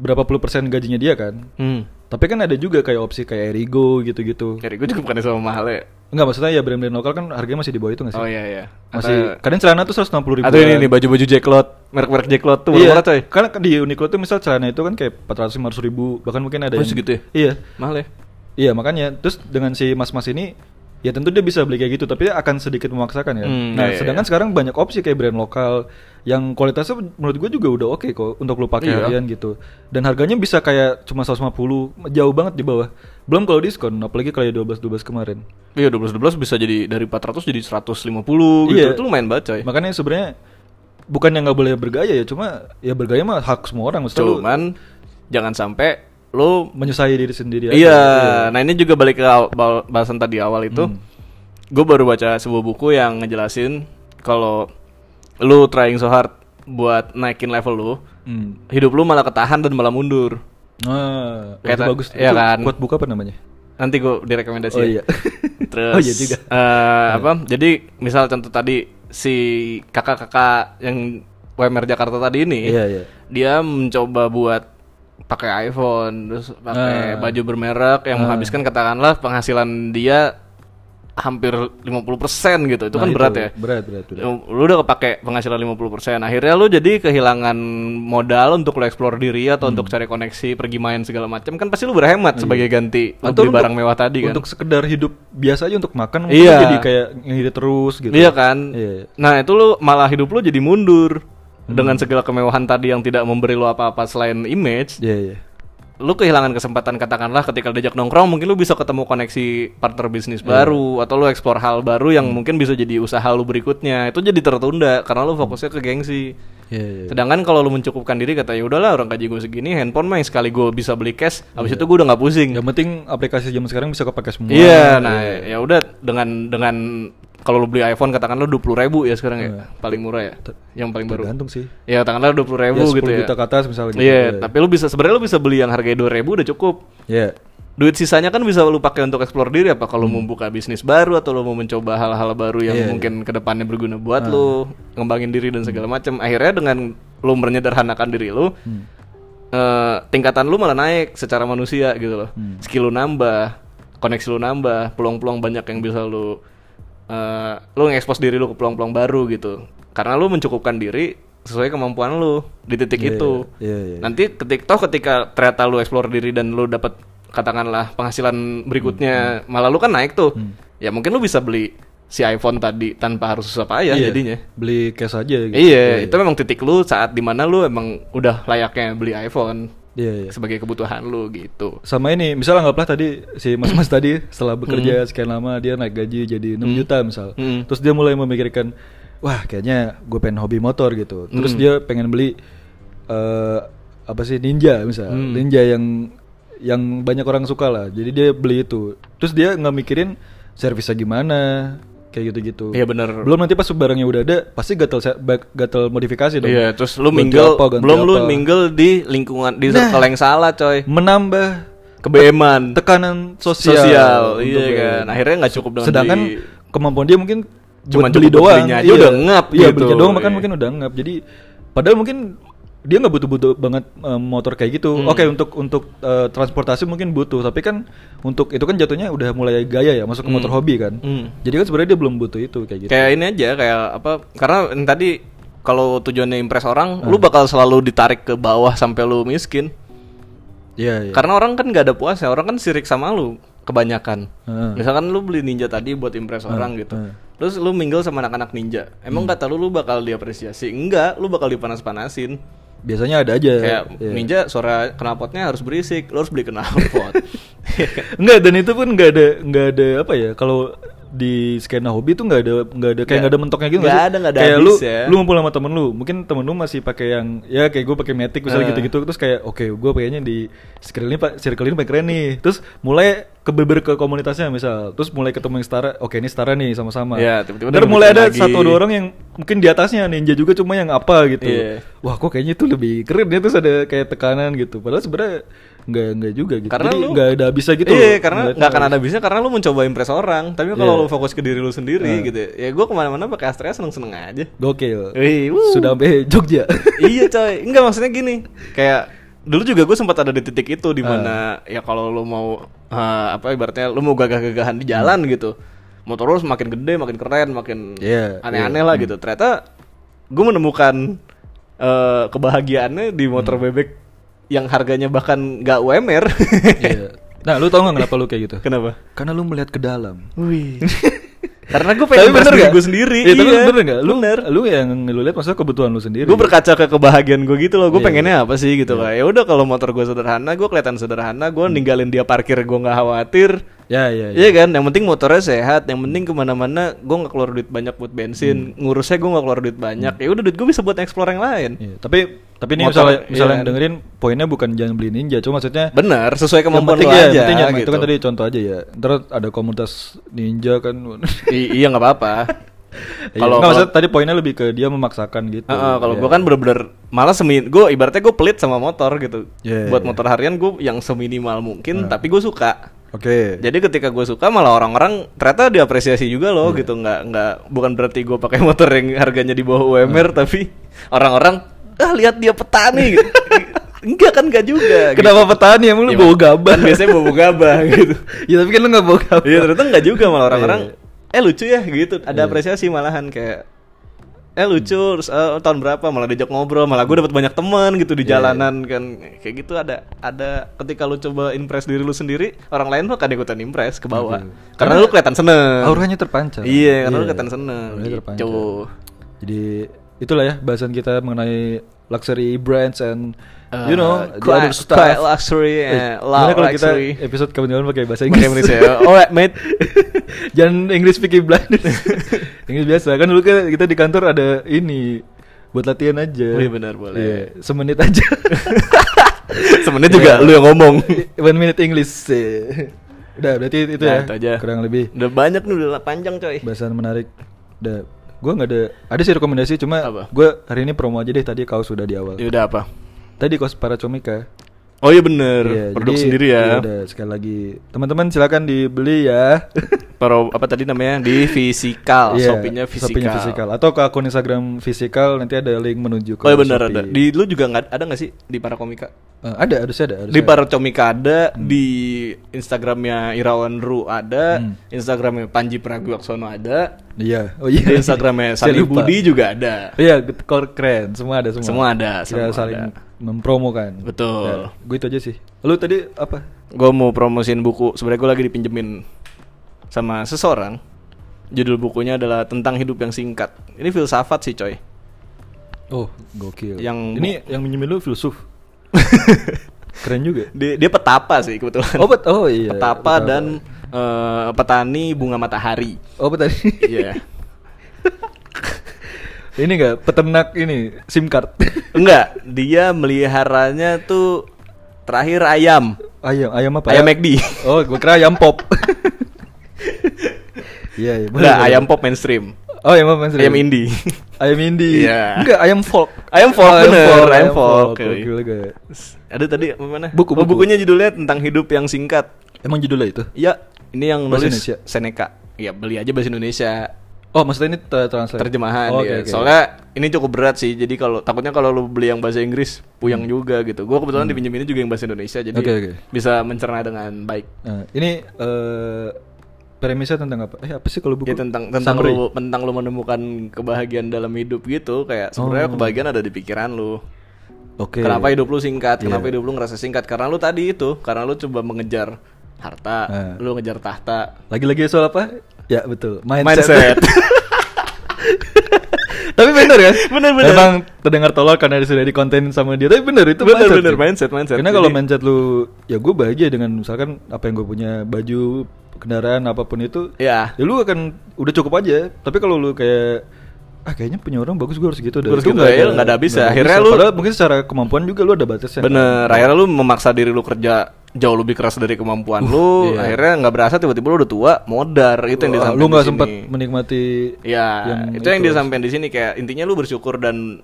berapa puluh persen gajinya dia kan
hmm.
tapi kan ada juga kayak opsi kayak Erigo gitu-gitu
Jadi gue juga bukan sama mahal ya.
Enggak maksudnya ya brand-brand lokal kan harganya masih di bawah itu nggak sih?
Oh iya iya.
Masih
Atau-
kadang celana tuh 160 ribu. ya. kan?
Atau ini nih baju-baju Jacklot, merek-merek Jacklot tuh
iya,
murah coy.
Karena di Uniqlo tuh misal celana itu kan kayak 400 500 ribu, bahkan mungkin ada
Oh, segitu ya?
Iya.
Mahal ya.
Iya, makanya terus dengan si mas-mas ini ya tentu dia bisa beli kayak gitu, tapi akan sedikit memaksakan ya.
Hmm,
nah,
iya, iya,
sedangkan
iya.
sekarang banyak opsi kayak brand lokal yang kualitasnya menurut gue juga udah oke kok untuk lu pakai
Iya.
harian gitu. Dan harganya bisa kayak cuma 150, jauh banget di bawah. Belum kalau diskon, apalagi kalau ya 12 12 kemarin.
Iya 12 12 bisa jadi dari 400 jadi 150 gitu.
Iya.
Itu lumayan banget coy.
Makanya sebenarnya bukan yang nggak boleh bergaya ya, cuma ya bergaya mah hak semua orang. Maksudnya lu
Cuman jangan sampai lu
menyesuai diri sendiri. aja. gitu.
Iya, nah ini juga balik ke aw- ba- bahasan tadi awal itu.
Hmm.
Gue baru baca sebuah buku yang ngejelasin kalau lu trying so hard buat naikin level lu,
Hmm.
hidup lu malah ketahan dan malah mundur.
Ah,
Kayak
itu
ta-
bagus.
iya
Itu
kan?
Quote buku apa namanya?
Nanti gue direkomendasi.
Oh iya.
Terus
Oh iya juga. Iya.
eh, apa? Jadi misal contoh tadi si kakak-kakak yang WMR Jakarta tadi ini,
Iya, iya.
dia mencoba buat pakai iPhone, terus pakai
Ah.
baju bermerek yang menghabiskan katakanlah penghasilan dia hampir 50% gitu. Itu
Nah,
kan berat ya.
Berat, berat, berat.
Lu lu udah kepake penghasilan 50%. Akhirnya lu jadi kehilangan modal untuk lu explore diri
Hmm.
atau untuk cari koneksi, pergi main segala macam. Kan pasti lu berhemat sebagai ganti lu
Iya. Atau
beli
untuk-
barang mewah tadi kan.
Untuk sekedar hidup biasa aja untuk
Iya.
makan mungkin jadi kayak ngiri terus gitu.
Iya kan?
Iya. Hmm.
Nah, itu lu malah hidup lu jadi mundur. dengan segala kemewahan tadi yang tidak memberi lo apa-apa selain image,
Iya, iya.
lu kehilangan kesempatan katakanlah ketika diajak nongkrong mungkin lu bisa ketemu koneksi partner
Iya.
bisnis baru atau lu eksplor hal baru
Hmm.
yang mungkin bisa jadi usaha lu berikutnya. Itu jadi tertunda karena lu fokusnya ke gengsi.
Iya, iya.
Sedangkan kalau lu mencukupkan diri kata ya udahlah orang gaji gue segini handphone mah yang sekali gue bisa beli cash
Iya.
habis itu gue udah nggak pusing.
Yang penting aplikasi zaman sekarang bisa kepake semua.
Iya, nah ya udah dengan dengan kalau lu beli iPhone katakan lu dua ribu ya sekarang
Iya.
ya paling murah ya yang paling baru.
Tergantung sih.
Ya katakanlah dua puluh ribu
Ya, 10
gitu ya.
juta ke atas misalnya gitu.
Iya, tapi lu bisa sebenarnya lu bisa beli yang harganya dua ribu udah cukup.
Iya.
Duit sisanya kan bisa lu pakai untuk explore diri apa kalau
Hmm.
mau buka bisnis baru atau lu mau mencoba hal-hal baru
Iya,
yang mungkin kedepannya berguna buat
Ah.
lu ngembangin diri dan
Hmm.
segala macam. Akhirnya dengan lu menyederhanakan diri lu, eh, tingkatan lu malah naik secara manusia gitu loh.
Hmm.
Skill lu nambah, koneksi lu nambah, peluang-peluang banyak yang bisa lu eh, lu nge-expose diri lu ke peluang-peluang baru gitu. Karena lu mencukupkan diri sesuai kemampuan lu di titik itu.
Iya, iya.
Nanti ketik toh ketika ternyata lu explore diri dan lu dapat katakanlah penghasilan
Hmm,
berikutnya malah lu kan naik tuh. Ya mungkin lu bisa beli si iPhone tadi tanpa harus susah payah
Iya.
jadinya.
Beli cash aja gitu.
Iya, itu memang titik lu saat dimana lu emang udah layaknya beli iPhone
Iya, iya.
sebagai kebutuhan lu gitu.
Sama ini, misal anggaplah tadi si mas-mas tadi setelah bekerja sekian lama dia naik gaji jadi 6 juta misal.
Hmm.
Terus dia mulai memikirkan, wah kayaknya gue pengen hobi motor gitu.
Hmm.
Terus dia pengen beli eh apa sih Ninja misal,
Hmm.
Ninja yang yang banyak orang suka lah. Jadi dia beli itu. Terus dia nggak mikirin servisnya gimana, kayak gitu-gitu.
Iya bener.
Belum nanti pas barangnya udah ada, pasti gatel se- ba- gatel modifikasi dong.
Iya, terus lu
Ganti
minggel
apa, ganti
belum lu
apa.
minggel di lingkungan di
Nah.
circle yang salah, coy.
menambah
Kebeman
tekanan sosial, untuk
iya
beli.
kan. Akhirnya nggak cukup dengan
sedangkan
beli-
kemampuan dia mungkin
Cuma
buat beli
cukup buat
doang
belinya aja udah ngap
iya
gitu.
belinya doang makan
Iya.
mungkin udah ngap jadi padahal mungkin dia nggak butuh-butuh banget eh, motor kayak gitu
Hmm.
oke untuk untuk eh, transportasi mungkin butuh tapi kan untuk itu kan jatuhnya udah mulai gaya ya masuk ke motor hobi kan
Hmm.
jadi kan sebenarnya dia belum butuh itu kayak gitu
Kayak ini aja kayak apa? Karena yang tadi kalau tujuannya impress orang,
Hmm.
lu bakal selalu ditarik ke bawah sampai lu miskin.
iya iya
Karena orang kan nggak ada puasnya, orang kan sirik sama lu kebanyakan.
Heeh.
Misalkan lu beli ninja tadi buat impress
Hmm.
orang gitu.
heeh.
Terus lu mingle sama anak-anak ninja. Emang
Hmm.
kata lu lu bakal diapresiasi? Enggak, lu bakal dipanas-panasin.
biasanya ada aja
Kayak
Iya.
ninja suara knalpotnya harus berisik, lu harus beli Iya kan? knalpot.
Enggak dan itu pun nggak ada nggak ada apa ya kalau di skena hobi tuh nggak ada nggak ada kayak nggak ada mentoknya gitu nggak
nggak
sih?
ada, nggak ada
kayak lu
habis ya.
lu ngumpul sama temen lu mungkin temen lu masih pakai yang ya kayak gue pakai metik misalnya gitu-gitu terus kayak oke gue pakainya di circle ini pak circle ini pakai keren nih terus mulai kebeber ke komunitasnya misal terus mulai ketemu yang setara oke ini setara nih sama-sama
Iya, tiba-tiba
Ntar
dia
mulai ada
ngikutin lagi.
satu dua orang yang mungkin di atasnya ninja juga cuma yang apa gitu
Iya.
wah kok kayaknya itu lebih keren ya terus ada kayak tekanan gitu padahal sebenarnya nggak nggak juga gitu
Karena
Jadi
lu-
nggak ada bisa gitu
Iya,
loh Iya.
karena
ngeliatnya.
nggak akan ada habisnya karena lu mencoba impress orang. Tapi kalau lu fokus ke diri lu
Nah.
sendiri gitu. Ya gue kemana-mana pakai Astrea seneng-seneng aja.
Gokil.
Wih, wuh.
Sudah sampai Jogja.
iya coy enggak maksudnya gini kayak dulu juga gue sempat ada di titik itu
Ah.
di mana ya kalau lo mau eh, apa ibaratnya lo mau gagah-gagahan di jalan gitu motor lo semakin gede makin keren makin
Iya,
aneh-aneh lah gitu ternyata gue menemukan eh, kebahagiaannya di motor
Hmm.
bebek yang harganya bahkan nggak UMR
Iya. Nah, lu tau gak kenapa lu kayak gitu?
kenapa
Karena lu melihat ke dalam.
wih karena gue pengen impress diri
nggak?
gue sendiri
Iya, tapi
iya.
bener gak? Lu, lu yang lu lihat maksudnya kebutuhan lu sendiri.
gue berkaca ke kebahagiaan gue gitu loh
Iya,
gue pengennya apa sih gitu lah ya udah kalau motor gue sederhana gue kelihatan sederhana gue
Hmm.
ninggalin dia parkir gue nggak khawatir
Ya, ya, ya.
Iya kan, yang penting motornya sehat, yang penting kemana-mana gue nggak keluar duit banyak buat
Hmm.
bensin, ngurusnya gue nggak keluar duit banyak, ya udah duit gue bisa buat explore yang lain.
Iya, Tapi tapi ini
Motor,
misalnya misalnya
iya.
yang dengerin poinnya bukan jangan beli ninja, cuma maksudnya
Bener, sesuai
yang
kemampuan
penting
lo
ya, yang
aja.
penting nyaman.
gitu.
itu kan tadi contoh aja ya. Ntar ada komunitas ninja kan.
I- iya nggak apa-apa.
Iya.
Kalau
Nggak, maksudnya tadi poinnya lebih ke dia memaksakan gitu.
Heeh, kalau gue kan bener-bener malah semi gue ibaratnya gue pelit sama motor gitu.
Iya, Nah.
buat motor harian gue yang seminimal mungkin, tapi gue suka.
Oke.
Jadi ketika gue suka malah orang-orang ternyata diapresiasi juga loh
Iya.
gitu nggak nggak bukan berarti gue pakai motor yang harganya di bawah UMR
Nah.
tapi orang-orang ah lihat dia petani gitu. enggak kan enggak juga gitu.
Kenapa petani emang lu bawa gabah?
Kan biasanya bawa gabah gitu
ya tapi kan lu gak bawa gabah.
iya ternyata enggak juga malah orang-orang
Iya,
eh lucu ya gitu ada apresiasi malahan kayak eh lucu terus, eh, tahun berapa malah diajak ngobrol malah gue dapat banyak teman gitu
Iya,
di jalanan kan kayak gitu ada ada ketika lu coba impress diri lu sendiri orang lain tuh akan ikutan impress ke bawah karena lu kelihatan seneng
Mm-hmm. Nah. Iya. Auranya terpancar.
iya karena lu kelihatan seneng
Auranya terpancar.
gitu
Jadi itulah ya bahasan kita mengenai luxury brands and you know
Uh,
the
quiet-
other stuff.
quiet luxury and
Eh,
loud
gimana kalau kita
luxury.
episode kawan-kawan pakai bahasa Inggris?
Pakai Indonesia ya. Alright, mate.
Jangan English speaking blindness. Inggris biasa kan dulu kita kita di kantor ada ini buat latihan aja.
Oh iya, benar, boleh.
Iya, semenit aja.
Sebenarnya juga
Iya.
lu yang ngomong.
One minute English. Eh. Udah berarti itu
Nah,
ya.
itu aja. Eh.
Kurang lebih.
Udah banyak nih udah panjang coy.
bahasan menarik da gue nggak ada ada sih rekomendasi
Apa?
cuma gue hari ini promo aja deh tadi kau sudah di awal
Ya udah apa?
tadi kos para comika
Oh iya bener,
Iya,
produk
jadi,
sendiri
iya,
ya.
udah, sekali lagi teman-teman silakan dibeli ya
Paro apa tadi namanya di fisikal,
Iya,
Ah, shopee-nya fisikal.
shopee-nya fisikal. atau ke akun instagram fisikal nanti ada link menuju ke
Oh iya bener
Shopee.
ada. Di lu juga nggak ada nggak sih di para komika?
Eh, ada harusnya ada Hmm.
Di
harusnya ada.
para komika ada, di Instagramnya Irawan Ru ada,
Hmm.
Instagramnya Panji Pragiwaksono ada,
iya oh iya
di Instagramnya
Saya
Sandi
lupa.
Budi juga ada.
iya get- kor- keren semua ada semua
Semua ada, semua
kita saling
ada.
mempromokan
Betul.
gue itu aja sih lu tadi apa
Gue mau promosiin buku. Sebenarnya gue lagi dipinjemin sama seseorang. Judul bukunya adalah tentang hidup yang singkat. Ini filsafat sih coy.
Oh, gokil.
Yang
ini yang minjemin lu filsuf. Keren juga.
Dia, dia petapa sih kebetulan.
Oh, bet- oh iya.
petapa dan eh, petani bunga matahari.
Oh, petani.
Iya.
ini enggak peternak ini SIM card.
Enggak, dia meliharanya tuh terakhir ayam.
ayam, ayam apa?
Ayam McD.
Oh, gue kira ayam pop. Iya, iya. boleh,
Enggak,
boleh.
Nah, ayam pop mainstream.
Oh, ayam apa?
Ayam indie.
Ayam indie.
Iya.
Enggak, ayam folk.
Ayam folk, bener, ayam folk.
Gokil gak?
Ada tadi apa mana?
Buku,
Oh,
buku.
bukunya judulnya tentang hidup yang singkat.
Emang judulnya itu?
Iya, ini yang
Bahasa
nulis
Indonesia?
Seneca. Ya beli aja bahasa Indonesia
Oh, maksudnya ini ter- translate.
terjemahan
Oh, oke,
ya.
oke.
Soalnya ini cukup berat sih. Jadi kalau takutnya kalau lu beli yang bahasa Inggris puyang juga gitu. Gua kebetulan dipinjeminnya juga yang bahasa Indonesia jadi
Oke, oke.
bisa mencerna dengan baik.
Nah, ini eh premisnya tentang apa? Eh, apa sih kalau buku?
Ya tentang tentang
Summary.
lu tentang lu menemukan kebahagiaan dalam hidup gitu kayak sebenarnya kebahagiaan ada di pikiran lu.
Oh. Oke. Iya.
Kenapa hidup lu singkat? Kenapa hidup lu ngerasa singkat? Karena lu tadi itu, karena lu coba mengejar harta,
Eh.
lu ngejar tahta.
Lagi-lagi soal apa? Ya betul.
Mindset.
tapi bener kan?
Bener, bener.
Memang terdengar tolol karena sudah dikontenin sama dia. Tapi bener itu
Bener,
mindset.
bener,
sih.
mindset, mindset.
Karena kalau
Jadi-
mindset lu, ya gue bahagia dengan misalkan apa yang gue punya, baju, kendaraan, apapun itu.
ya.
Ya lu akan udah cukup aja. Tapi kalau lu kayak ah kayaknya punya orang bagus gue harus gitu
Harus gitu, ya, nggak ada habisnya. Akhirnya lu-
padahal mungkin secara kemampuan juga lu ada batasnya
Bener, akhirnya lu memaksa diri lu kerja jauh lebih keras dari kemampuan lu,
iya.
akhirnya nggak berasa tiba-tiba lu udah tua, modar. Itu yang
Wah,
disampaikan.
lu nggak
di
sempat
sini.
menikmati
Ya,
yang
itu, yang
itu.
disampaikan di sini kayak intinya lu bersyukur dan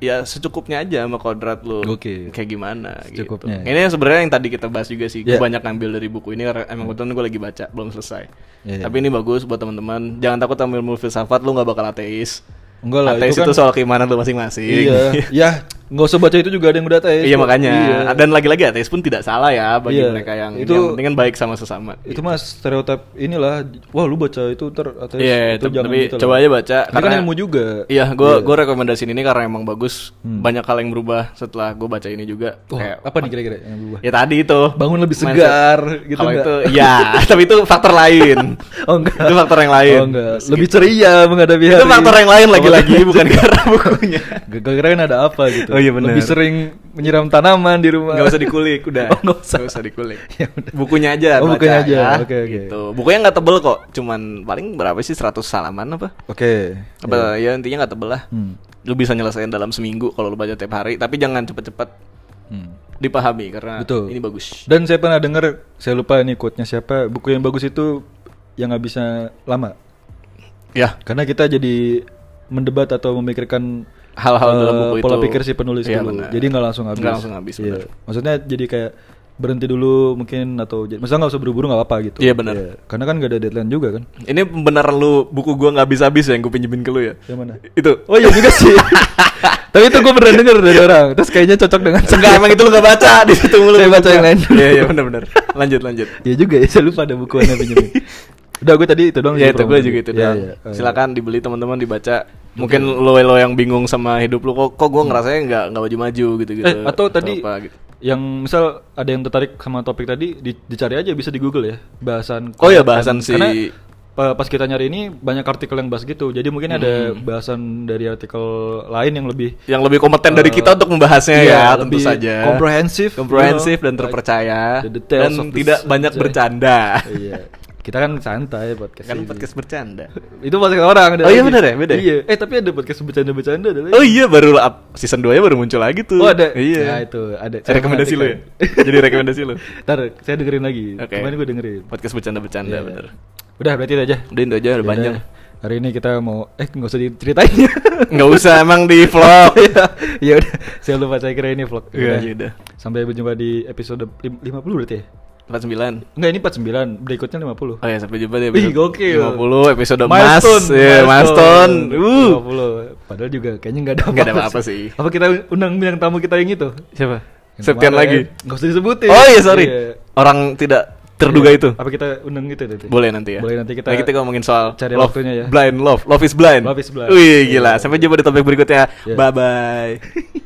ya secukupnya aja sama kodrat lu.
Oke.
Kayak gimana
Secukupnya,
gitu.
ya.
Ini yang sebenarnya yang tadi kita bahas juga sih. Gue
Ya.
banyak ngambil dari buku ini karena emang kebetulan gue lagi baca, belum selesai.
Ya, ya.
Tapi ini bagus buat teman-teman. Jangan takut ambil ilmu filsafat lu nggak bakal ateis.
enggak lah
ateis
itu
itu,
kan
soal keimanan lu masing-masing.
Iya, ya nggak usah baca itu juga ada yang udah ateis.
Iya
kok.
makanya.
Iya.
Dan lagi-lagi ateis pun tidak salah ya bagi
Iya,
mereka yang
itu-
yang penting kan baik sama sesama.
itu mah stereotip inilah. Wah lu baca itu ter ateis.
Iya,
itu
tapi coba aja baca,
Ini kan
karena-
ilmu juga. Hmm.
Iya, gue gue rekomendasiin ini karena emang bagus. Banyak hal yang berubah setelah gue baca ini juga.
Wah,
Kayak
apa nih kira-kira yang berubah?
ya tadi itu
Bangun lebih
mindset.
segar gitu
Kalau
nggak?
itu ya, tapi itu faktor lain.
Oh enggak.
Itu faktor yang lain.
Oh enggak. Lebih ceria menghadapi hari.
Itu faktor yang lain lagi-lagi
Oh,
bukan karena bukunya.
Gak kira ada apa gitu.
Oh, iya, benar.
Lebih sering menyiram tanaman di rumah.
Gak usah dikulik udah.
Oh, nggak usah.
dikulik.
Ya udah.
Bukunya aja
Oh,
baca
bukunya aja.
ya.
Oke, oke.
Gitu. Bukunya nggak tebel kok. Cuman paling berapa sih 100 halaman apa?
Oke.
Apa
Iya.
ya intinya nggak tebel lah.
Hmm.
Lu bisa nyelesain dalam seminggu kalau lu baca tiap hari, tapi jangan cepet-cepet
Hmm.
dipahami karena
Betul.
ini bagus.
Dan saya pernah dengar, saya lupa nih quote-nya siapa, buku yang bagus itu yang habisnya lama.
Ya,
Karena kita jadi mendebat atau memikirkan
hal-hal
eh,
dalam buku itu.
pola pikir si penulis
Iya,
dulu.
benar.
Jadi nggak langsung habis.
Nggak langsung habis,
Iya.
benar.
Maksudnya jadi kayak berhenti dulu mungkin atau jadi misalnya nggak usah buru-buru nggak apa-apa gitu.
Iya, benar.
Karena kan nggak ada deadline juga kan.
Ini beneran lu buku gua nggak habis-habis ya yang gue pinjemin ke lu ya?
Yang mana?
Itu.
Oh iya juga sih. Tapi itu gue pernah denger dari orang. Terus kayaknya cocok dengan saya.
Enggak, emang itu lu gak baca di situ mulu.
Saya baca yang lain dulu.
Iya, iya benar-benar. Lanjut, lanjut.
Iya juga ya, saya lupa ada buku yang pinjemin. Udah gue tadi itu doang.
ya
sih
itu gue
promosi.
juga itu
Iya,
doang.
iya. Oh, iya.
Silakan dibeli teman-teman dibaca. Mungkin lo lo yang bingung sama hidup lu kok kok gue ngerasanya nggak nggak maju-maju gitu-gitu.
Eh, atau tadi
apa gitu.
yang misal ada yang tertarik sama topik tadi di- dicari aja bisa di Google ya bahasan
Oh ya bahasan si
Karena pa- pas kita nyari ini banyak artikel yang bahas gitu. Jadi mungkin ada bahasan dari artikel lain yang lebih
yang lebih kompeten dari kita untuk membahasnya
Eh, iya,
ya tentu
lebih
saja
komprehensif,
komprehensif
you
dan
know.
terpercaya
The details
dan
of this
tidak banyak
subject.
bercanda
iya. Kita kan santai podcast.
kan
ini.
podcast bercanda
Itu podcast orang ada
Oh iya,
lagi.
bener ya? Beda ya?
Iya. Eh tapi ada podcast bercanda-bercanda ada lagi.
oh iya baru up- season 2 nya baru muncul lagi tuh
Oh, ada.
iya
Nah, itu ada.
Saya rekomendasi lu ya
perhatikan.
jadi rekomendasi lu
Ntar saya dengerin lagi.
Oke.
Kemarin gue dengerin.
podcast bercanda bercanda
Iya.
bener
Udah berarti itu aja.
udah itu aja udah panjang
Yaudah. Hari ini kita mau eh nggak usah diceritain ya.
nggak usah emang di vlog
ya, ya udah. Saya lupa saya kira ini vlog.
Oh. Iya,
Udah.
udah.
Sampai berjumpa di episode lim- 50 berarti ya.
49
Enggak, ini 49, berikutnya 50.
Oh ya, sampai jumpa deh. episode
Wih, gokil.
50 episode
Milestone,
Mas. Iya, milestone. Uh.
50. Padahal juga kayaknya nggak ada
Nggak ada apa-apa sih.
Apa kita undang yang tamu kita yang itu?
Siapa?
Yang
Septian
kemarin.
lagi.
Nggak usah disebutin.
Oh iya, sorry.
Iya.
Orang tidak terduga
Iya.
itu.
Apa kita undang gitu nanti?
Boleh nanti ya.
Boleh nanti kita-
Nah, kita ngomongin soal
cari
love,
waktunya ya.
Blind love, love is blind.
Love is blind.
Wih, gila.
Iya.
Sampai jumpa di topik berikutnya.
Iya.
Bye bye.